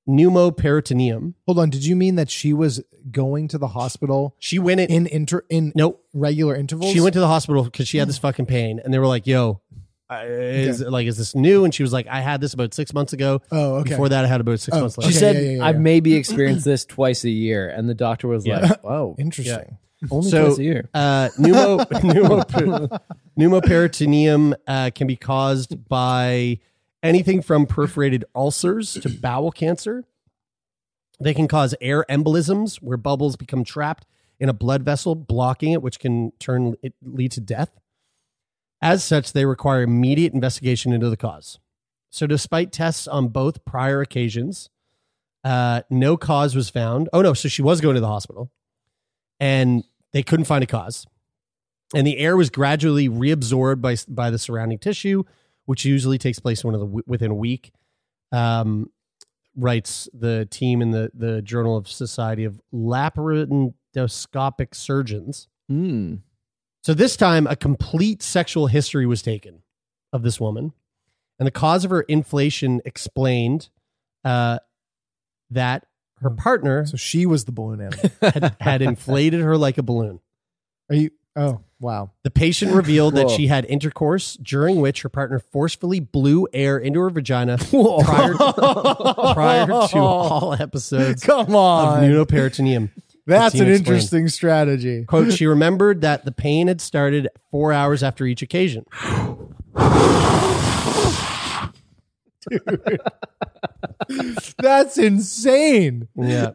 S1: pneumoperitoneum.
S3: Hold on. Did you mean that she was going to the hospital
S1: She went in.
S3: in inter in
S1: nope.
S3: regular intervals? Mm.
S1: She went to the hospital because she had this fucking pain, and they were like, "Yo, uh, is like, is this new?" And she was like, "I had this about six months ago.
S3: Oh, okay.
S1: Before that, I had about six
S3: Oh,
S1: months
S3: she
S2: she
S1: later."
S3: Okay,
S2: said,
S3: yeah, yeah, yeah,
S2: "I've
S3: yeah.
S2: maybe experienced this twice a year," and the doctor was
S3: Yeah.
S2: like, "Whoa,
S3: Interesting.
S2: only
S1: So-
S2: twice a year."
S1: Uh, pneumo, pneumo, pneumoperitoneum uh, can be caused by anything from perforated ulcers to bowel cancer. They can cause air embolisms where bubbles become trapped in a blood vessel, blocking it, which can turn it lead to death. As such, they require immediate investigation into the cause. So, despite tests on both prior occasions, uh, no cause was found. Oh no, so she was going to the hospital, and they couldn't find a cause. And the air was gradually reabsorbed by by the surrounding tissue, which usually takes place one of the, within a week. Um, writes the team in the the Journal of Society of Laparoscopic Surgeons.
S2: Hmm.
S1: So this time, a complete sexual history was taken of this woman, and the cause of her inflation explained uh, that her partner
S3: So she was the balloon animal.
S1: had, had inflated her like a balloon.
S3: Are you? Oh, wow.
S1: The patient revealed that
S2: Cool.
S1: she had intercourse during which her partner forcefully blew air into her vagina
S2: Whoa.
S1: prior prior to all episodes
S3: Come
S1: of pneumoperitoneum.
S3: That's
S1: Christine
S3: an
S1: explained.
S3: interesting strategy.
S1: Quote, she remembered that the pain had started four hours after each occasion.
S3: That's insane.
S1: Yeah.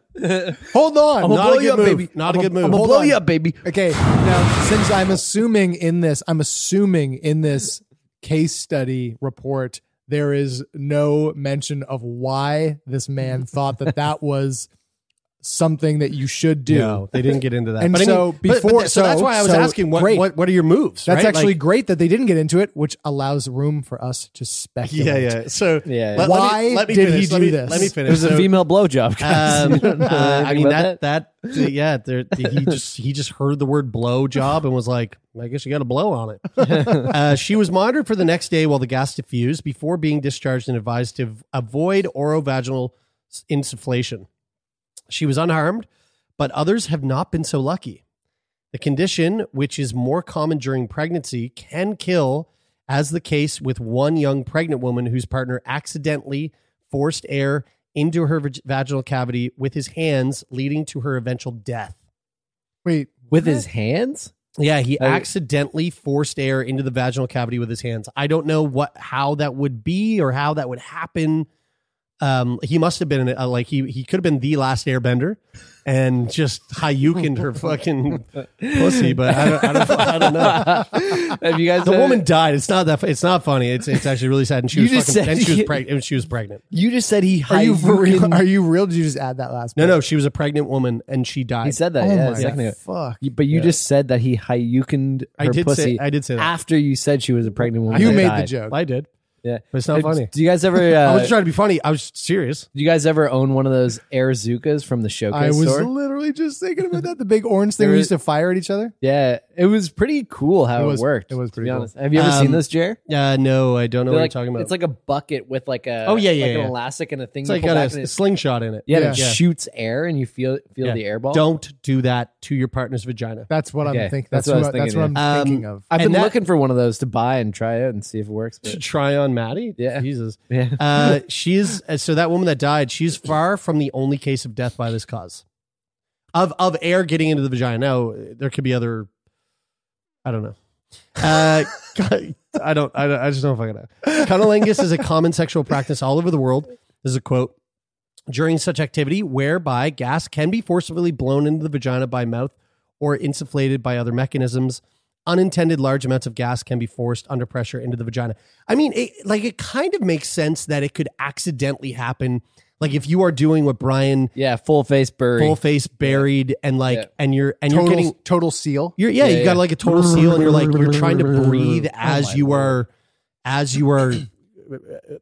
S3: Hold on.
S1: Not a good move. Not a
S3: I'm
S1: good move.
S3: I'm
S1: I'ma
S3: hold
S1: blow
S3: on.
S1: you
S2: up, baby.
S3: Okay. Now, since I'm assuming in this, I'm assuming in this case study report, there is no mention of why this man thought that that was something that you should do.
S1: No, they didn't get into that.
S3: And
S1: but I mean-
S3: so
S1: but- but
S3: before-
S1: th- so, that's why I was
S3: so-
S1: asking what,
S3: great.
S1: what what are your moves?
S3: That's
S1: right?
S3: actually
S1: Like-
S3: great that they didn't get into it, which allows room for us to speculate.
S1: yeah, yeah. So let-
S2: Yeah, yeah.
S1: let me-
S3: Why
S1: let me
S3: did he
S1: finish. Let
S3: do
S1: me-
S3: this?
S1: Let me
S2: It
S1: finish.
S2: was a
S1: So-
S2: female blowjob. guys.
S1: Um,
S2: You don't know
S1: uh, I
S2: anything
S1: mean
S2: about
S1: that that, yeah, there, he just he just heard the word blow job and was like, I guess you got a blow on it. uh, she was monitored for the next day while the gas diffused before being discharged and advised to avoid orovaginal s- insufflation. She was unharmed, but others have not been so lucky. The condition, which is more common during pregnancy, can kill, as the case with one young pregnant woman whose partner accidentally forced air into her vag- vaginal cavity with his hands, leading to her eventual death.
S3: Wait,
S2: with his hands?
S1: Yeah, he
S2: Like-
S1: accidentally forced air into the vaginal cavity with his hands. I don't know what how that would be or how that would happen. um, he must have been uh, like he he could have been the last Airbender, and just Hayukened her fucking pussy. But I don't, I don't, I don't know.
S2: Have you guys?
S1: The woman died. It's not that. fu- It's not funny. It's it's actually really sad. And she
S2: You
S1: was
S2: just
S1: fucking.
S2: said
S1: and she was
S2: he-
S1: pregnant. And she was pregnant.
S2: You just said he.
S3: Are you for real?
S2: hyphen-
S3: Are you real? Did you just add that last?
S1: No, no, she was a pregnant woman, and she died.
S2: He said that.
S3: Oh
S2: yeah,
S3: my
S2: a second ago.
S3: fuck.
S2: You- But you just said that he hyukened her
S1: I did say-
S2: pussy.
S1: I did say that.
S2: after you said she was a pregnant woman.
S3: You
S2: that
S3: made the
S2: died.
S3: joke.
S1: I did.
S2: Yeah,
S1: But it's not
S2: Uh,
S1: funny.
S2: Do you guys ever? Uh,
S1: I was trying to be funny. I was serious.
S2: do you guys ever own one of those Air Zukas from the showcase
S3: I was
S2: store?
S3: literally just thinking about that. The big orange thing
S2: There
S3: we used
S2: is-
S3: to fire at each other.
S2: yeah, it was pretty cool how
S3: It
S2: it,
S3: was-
S2: worked.
S3: it was
S2: to
S3: pretty
S2: be
S3: cool.
S2: honest. Have you ever
S1: Um,
S2: seen this, Jer?
S1: Uh, no, I don't know
S2: They're
S1: what
S2: like-
S1: you're talking about.
S2: It's like a bucket with like a
S1: Oh, yeah, yeah,
S2: like an
S1: yeah.
S2: elastic and a thing.
S1: It's
S2: you
S1: like
S2: pull
S1: got a,
S2: back
S1: s-
S2: and it-
S1: slingshot in it.
S2: yeah, and it
S1: Yeah.
S2: shoots air and you feel feel
S1: Yeah.
S2: the air ball.
S1: Don't do that to your partner's vagina.
S3: That's what
S2: Okay,
S3: I'm thinking. That's,
S2: that's
S3: what,
S2: what I was
S3: that's what
S2: thinking,
S3: I'm
S1: yeah.
S3: thinking
S1: Um,
S3: of.
S2: I've
S1: And
S2: been
S1: that-
S2: looking for one of those to buy and try it and see if it works.
S1: To
S2: But,
S1: try on Maddie.
S2: Yeah.
S1: Jesus.
S2: yeah.
S1: Uh, she's uh, so that woman that died. She's far from the only case of death by this cause, of of air getting into the vagina. Now there could be other. I don't know. Uh, I don't. I, don't, I just don't fucking know. Cunnilingus is a common sexual practice all over the world. This is a quote. During such activity, whereby gas can be forcibly blown into the vagina by mouth or insufflated by other mechanisms, unintended large amounts of gas can be forced under pressure into the vagina. I mean, it, like it kind of makes sense that it could accidentally happen. Like if you are doing what Brian
S2: yeah, full face bury.
S1: full face buried and like
S2: Yeah.
S1: and you're and
S3: Total,
S1: you're getting
S3: total seal.
S1: you're yeah,
S2: Yeah, Oh
S1: you got
S2: yeah.
S1: like a total seal and you're like you're trying to breathe as
S3: my
S1: you are as you are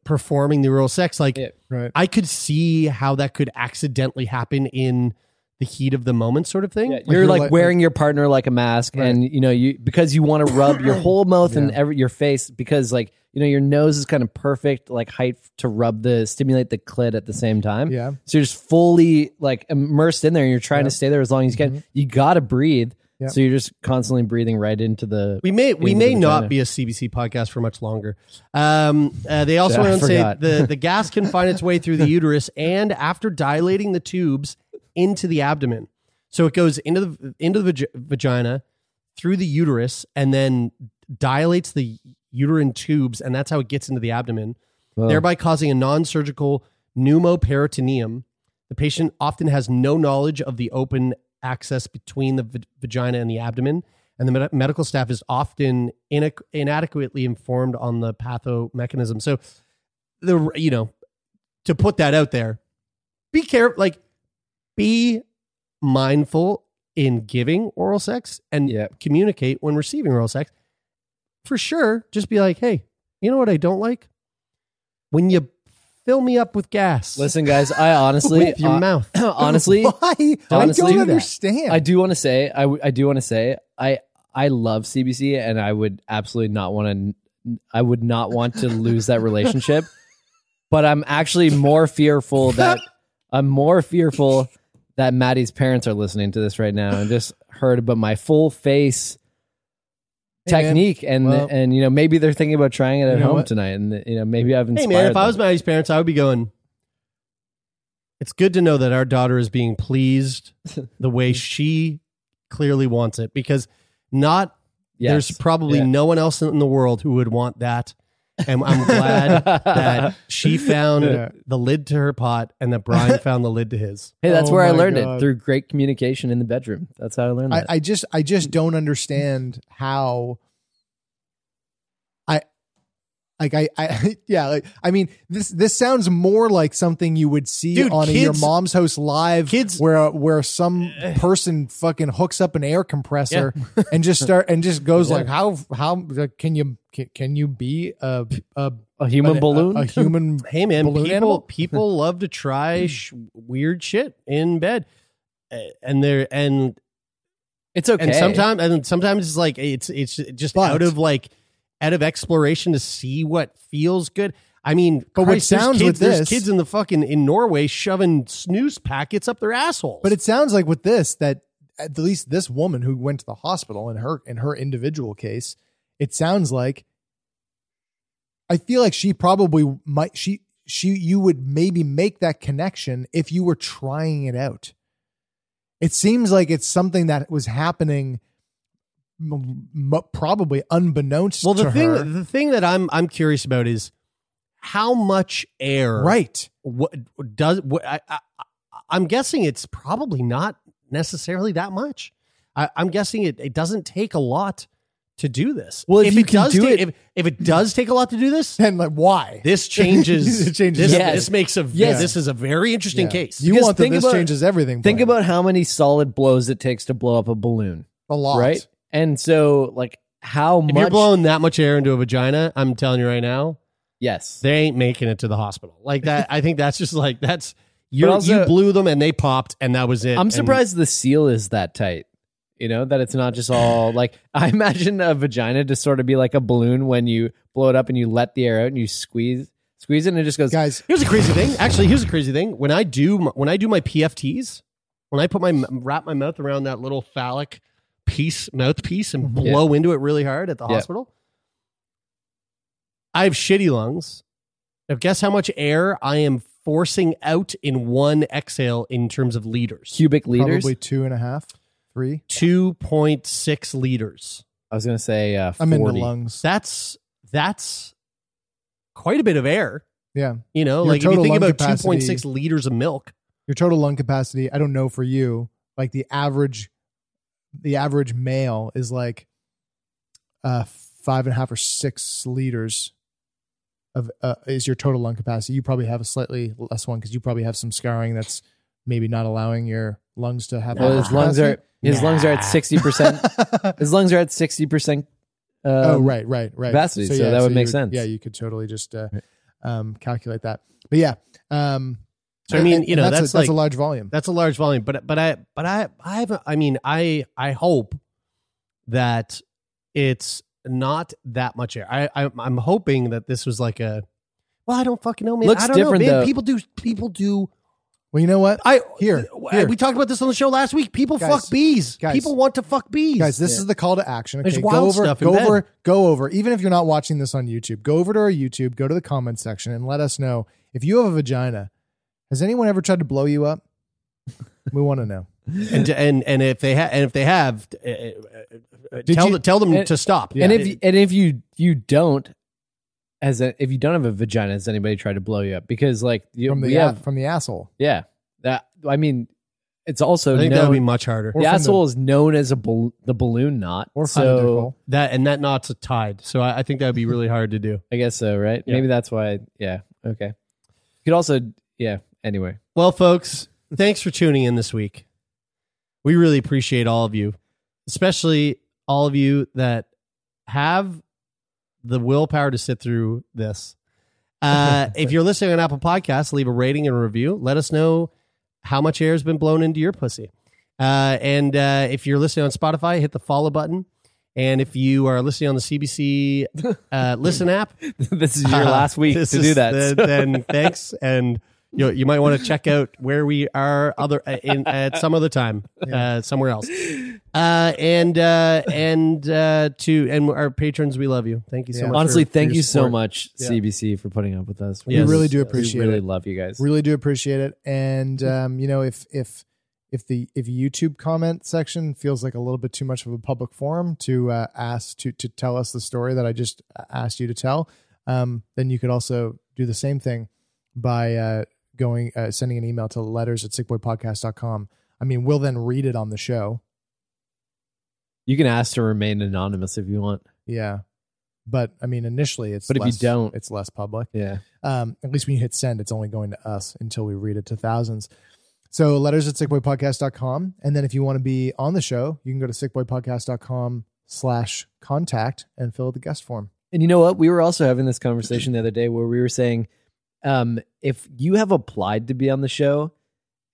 S1: performing the oral sex like
S2: Yeah.
S3: Right.
S1: I could see how that could accidentally happen in the heat of the moment sort of thing.
S2: Yeah, you're like,
S3: like-
S2: wearing your partner like a mask, and you know you because you want to rub your whole mouth and every your face because like you know your nose is kind of perfect like height to rub the stimulate the clit at the same time.
S3: Yeah.
S2: so you're just fully like immersed in there, and you're trying to stay there as long as you can. You gotta breathe,
S3: Yep.
S2: so you're just constantly breathing right into the.
S1: We may we
S2: into
S1: may
S2: the
S1: not
S2: vagina.
S1: be a CBC podcast for much longer. Um, uh, they also
S2: Yeah, I
S1: don't say
S2: forgot.
S1: the, the gas can find its way through the uterus and after dilating the tubes into the abdomen. So it goes into the into the vag- vagina, through the uterus, and then dilates the uterine tubes, and that's how it gets into the abdomen,
S2: Wow.
S1: thereby causing a non-surgical pneumoperitoneum. The patient often has no knowledge of the open access between the v- vagina and the abdomen, and the med- medical staff is often inac inadequately informed on the patho mechanism. So, the you know, to put that out there, be careful. Like, be mindful in giving oral sex and
S2: Yeah.
S1: communicate when receiving oral sex. For sure, just be like, hey, you know what I don't like when you fill me up with gas.
S2: Listen, guys, I honestly,
S1: with your
S2: uh,
S1: mouth.
S2: honestly,
S3: why? I
S2: honestly,
S3: don't
S2: do that.
S3: understand.
S2: I do want to say, I, w- I do want to say, I I love CBC, and I would absolutely not want to. I would not want to lose that relationship, but I'm actually more fearful that I'm more fearful that Maddie's parents are listening to this right now and just heard about my full face
S3: Hey, man.
S2: technique, and
S3: Well-
S2: and you know maybe they're thinking about trying it at
S3: You know
S2: home
S3: what?
S2: tonight, and you know maybe I've
S1: Hey
S2: inspired.
S1: man, if I
S2: them.
S1: was Maddie's parents, I would be going. It's good to know that our daughter is being pleased the way she clearly wants it because not
S2: Yes.
S1: there's probably
S2: Yeah.
S1: no one else in the world who would want that. And I'm glad that she found
S3: Yeah.
S1: the lid to her pot and that Brian found the lid to his.
S2: Hey, that's
S3: Oh
S2: where I
S3: my
S2: learned
S3: God.
S2: it through great communication in the bedroom. That's how I learned
S3: I,
S2: that.
S3: I just I just don't understand how I like I, I yeah like I mean this this sounds more like something you would see
S1: Dude,
S3: on a your
S1: kids-
S3: mom's house live
S1: kids- Uh,
S3: where uh, where some person fucking hooks up an air compressor and just start and just goes like how how like, can you can, can you be a a,
S2: a human
S3: a-
S2: balloon.
S3: a, human
S1: Hey man,
S3: Balloon
S1: people
S3: animal? Hmm.
S1: people love to try sh- weird shit in bed, Uh, and they're and
S2: It's okay.
S1: and sometimes and sometimes it's like it's it's just
S3: But-
S1: out of like out of exploration to see what feels good. I mean,
S3: But what
S1: Christ, there's
S3: sounds
S1: kids,
S3: with
S1: there's
S3: this-
S1: kids in the fucking in Norway shoving snooze packets up their assholes.
S3: But it sounds like with this that at least this woman who went to the hospital in her in her individual case, it sounds like I feel like she probably might she she you would maybe make that connection if you were trying it out. It seems like it's something that was happening m- m- probably unbeknownst
S1: well,
S3: to
S1: the thing
S3: her.
S1: the thing that I'm I'm curious about is how much air
S3: right
S1: what does what I, I i'm guessing it's probably not necessarily that much I, i'm guessing it, it doesn't take a lot to do this
S3: Well, if you
S1: it
S3: can
S1: does
S3: do
S1: ta-
S3: it-
S1: if, if it does take a lot to do this
S3: And like, why?
S1: this changes
S3: It changes
S1: this,
S3: everything.
S1: this makes a
S3: Yes.
S1: this is a very interesting
S3: Yeah.
S1: case
S3: You
S2: Because
S3: want the
S2: think
S3: this
S2: about-
S3: changes everything.
S2: Think
S3: plan.
S2: about how many solid blows it takes to blow up a balloon,
S3: a lot.
S2: right? And so, like, how
S1: if
S2: much?
S1: you're blowing that much air into a vagina i'm telling you right now
S2: yes,
S1: they ain't making it to the hospital like that i think that's just like that's you
S2: also-
S1: you blew them and they popped and that was it
S2: I'm
S1: And-
S2: surprised the seal is that tight. You know that it's not just all like I imagine a vagina to sort of be like a balloon when you blow it up and you let the air out and you squeeze squeeze it and it just goes.
S3: guys.
S1: Here's a crazy thing. Actually, here's a crazy thing. When I do my, when I do my PFTs, when I put my wrap my mouth around that little phallic piece mouthpiece and
S3: Mm-hmm.
S2: Yeah.
S1: blow into it really hard at the
S2: Yeah.
S1: hospital, I have shitty lungs. Now guess how much air I am forcing out in one exhale in terms of liters.
S2: cubic liters.
S3: Probably two and a half, three.
S1: Two point six liters.
S2: I was gonna say uh, 40.
S3: I'm into lungs.
S1: That's that's quite a bit of air.
S3: yeah,
S1: You know,
S3: Your
S1: like if you
S3: total
S1: think
S3: lung
S1: about two
S3: capacity-
S1: point six liters of milk.
S3: your total lung capacity. I don't know for you. Like the average, the average male is like uh five and a half or six liters of uh, is your total lung capacity. You probably have a slightly less one because you probably have some scarring that's maybe not allowing your lungs to have.
S2: Well, his lungs are his lungs are at sixty percent.
S3: are.
S2: His lungs are at sixty percent. Um,
S3: oh right right right
S2: capacity, so that would
S3: you
S2: make sense.
S3: yeah you could totally just uh, um calculate that but yeah um
S1: So I mean, you
S3: and
S1: know,
S3: that's,
S1: that's
S3: a, that's a
S1: like-
S3: large volume
S1: That's a large volume, but but I but I I have I mean I I hope that it's not that much air. I, I I'm hoping that this was like a well I don't fucking know man.
S2: Looks
S1: I don't know,
S2: different,
S1: man.
S2: though.
S1: People do people do
S3: well you know what
S1: I
S3: Here,
S1: I-
S3: here.
S1: we talked about this on the show last week. People
S3: Guys,
S1: fuck bees.
S3: guys.
S1: people want to fuck bees.
S3: guys this is the call to action okay
S1: There's wild
S3: go over
S1: stuff in
S3: go
S1: bed.
S3: over go over even if you're not watching this on youtube go over to our youtube go to the comments section and let us know if you have a vagina has anyone ever tried to blow you up we want to know
S1: and and and if they have and if they have uh, uh, uh,
S3: Did
S1: tell
S3: you-
S1: them tell them
S2: and-
S1: to stop.
S2: And if you, and if you you don't, as a, if you don't have a vagina, has anybody tried to blow you up? Because like you,
S3: from the
S2: we
S3: a-
S2: have,
S3: from the asshole
S2: yeah. That I mean, it's also
S1: I think that
S2: known,
S1: would be much harder.
S3: or
S2: the
S3: from
S2: asshole is known as a bal- the balloon knot.
S3: or from the
S2: so
S3: dick
S1: That and that knot's tied, so I, I think that would be really hard to do.
S2: I guess so, right?
S1: Yeah.
S2: Maybe that's why. Yeah. Okay. You could also, yeah. Anyway,
S1: Well, folks, thanks for tuning in this week. We really appreciate all of you, especially all of you that have the willpower to sit through this. Uh, if you're listening on Apple Podcasts, leave a rating and a review. Let us know how much air has been blown into your pussy. Uh, and uh, if you're listening on Spotify, hit the follow button. And if you are listening on the CBC uh, Listen app,
S2: this is your
S1: uh,
S2: last week
S1: this
S2: to
S1: is
S2: do that.
S1: the-
S2: so-
S1: then thanks, and you you might want to check out where we are other uh, in at some other time, uh, somewhere else. Uh, and uh, and uh, to and our patrons, we love you. Thank you so
S3: Yeah.
S1: much.
S2: Honestly,
S1: for-
S2: thank
S1: for your
S2: you so
S1: support.
S2: much,
S3: Yeah.
S2: CBC, for putting up with us.
S1: Yes.
S3: we really do
S1: Yes.
S3: appreciate
S2: we really
S3: it
S2: love you guys.
S3: Really do appreciate it. And
S2: Mm-hmm.
S3: um, you know, if if if the if YouTube comment section feels like a little bit too much of a public forum to uh, ask to to tell us the story that I just uh, asked you to tell, um, then you could also do the same thing by uh, going uh, sending an email to letters at sickboypodcast.com. I mean, we'll then read it on the show.
S2: You can ask to remain anonymous if you want.
S3: Yeah. But I mean, initially it's
S2: But if you
S3: less-
S2: don't-
S3: it's less public.
S2: Yeah.
S3: um, at least when you hit send, it's only going to us until we read it to thousands. So letters at sickboypodcast.com. And then if you want to be on the show, you can go to sickboypodcast.com slash contact and fill out the guest form.
S2: And you know what? We were also having this conversation the other day where we were saying, um, if you have applied to be on the show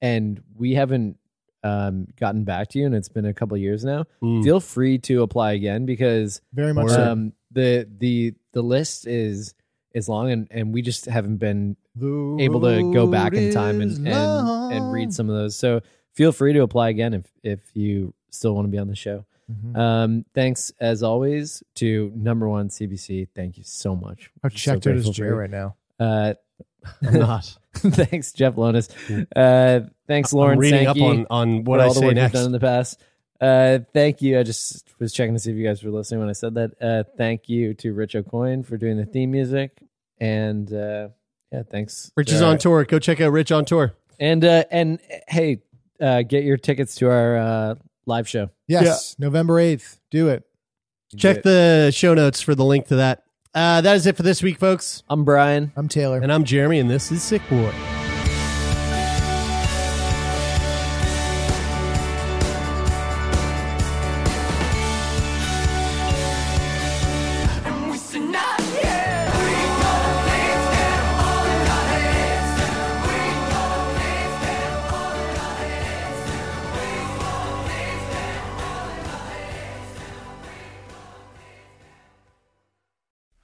S2: and we haven't um, gotten back to you, and it's been a couple years now,
S1: Mm.
S2: feel free to apply again because
S3: Very much so.
S2: um, the the the list is is long, and and we just haven't been able to go back in time and and, and read some of those. So feel free to apply again if if you still want to be on the show.
S3: Mhm.
S2: Um, thanks as always to number one CBC. Thank you so much.
S3: How
S2: We're so
S3: checked out is
S2: grateful for
S3: Jay
S2: you.
S3: right now?
S2: Uh,
S1: I'm not.
S2: thanks, Jeff Lonis. Uh, thanks, Lauren.
S1: I'm reading
S2: Sankey,
S1: up on on what
S2: for
S1: I
S2: all the
S1: say
S2: work you've done
S1: next.
S2: in the past. Uh, thank you. I just was checking to see if you guys were listening when I said that. Uh, thank you to Rich O'Coin for doing the theme music, And uh, yeah, thanks. uh,
S1: Rich is on tour. Go check out Rich on tour.
S2: And uh, and hey, uh, get your tickets to our uh, live show.
S3: Yes, November 8th. Do it.
S1: Check the show notes for the link to that. Uh, that is it for this week, folks.
S2: I'm Brian.
S3: I'm Taylor.
S1: And I'm Jeremy, and this is Sick Boy.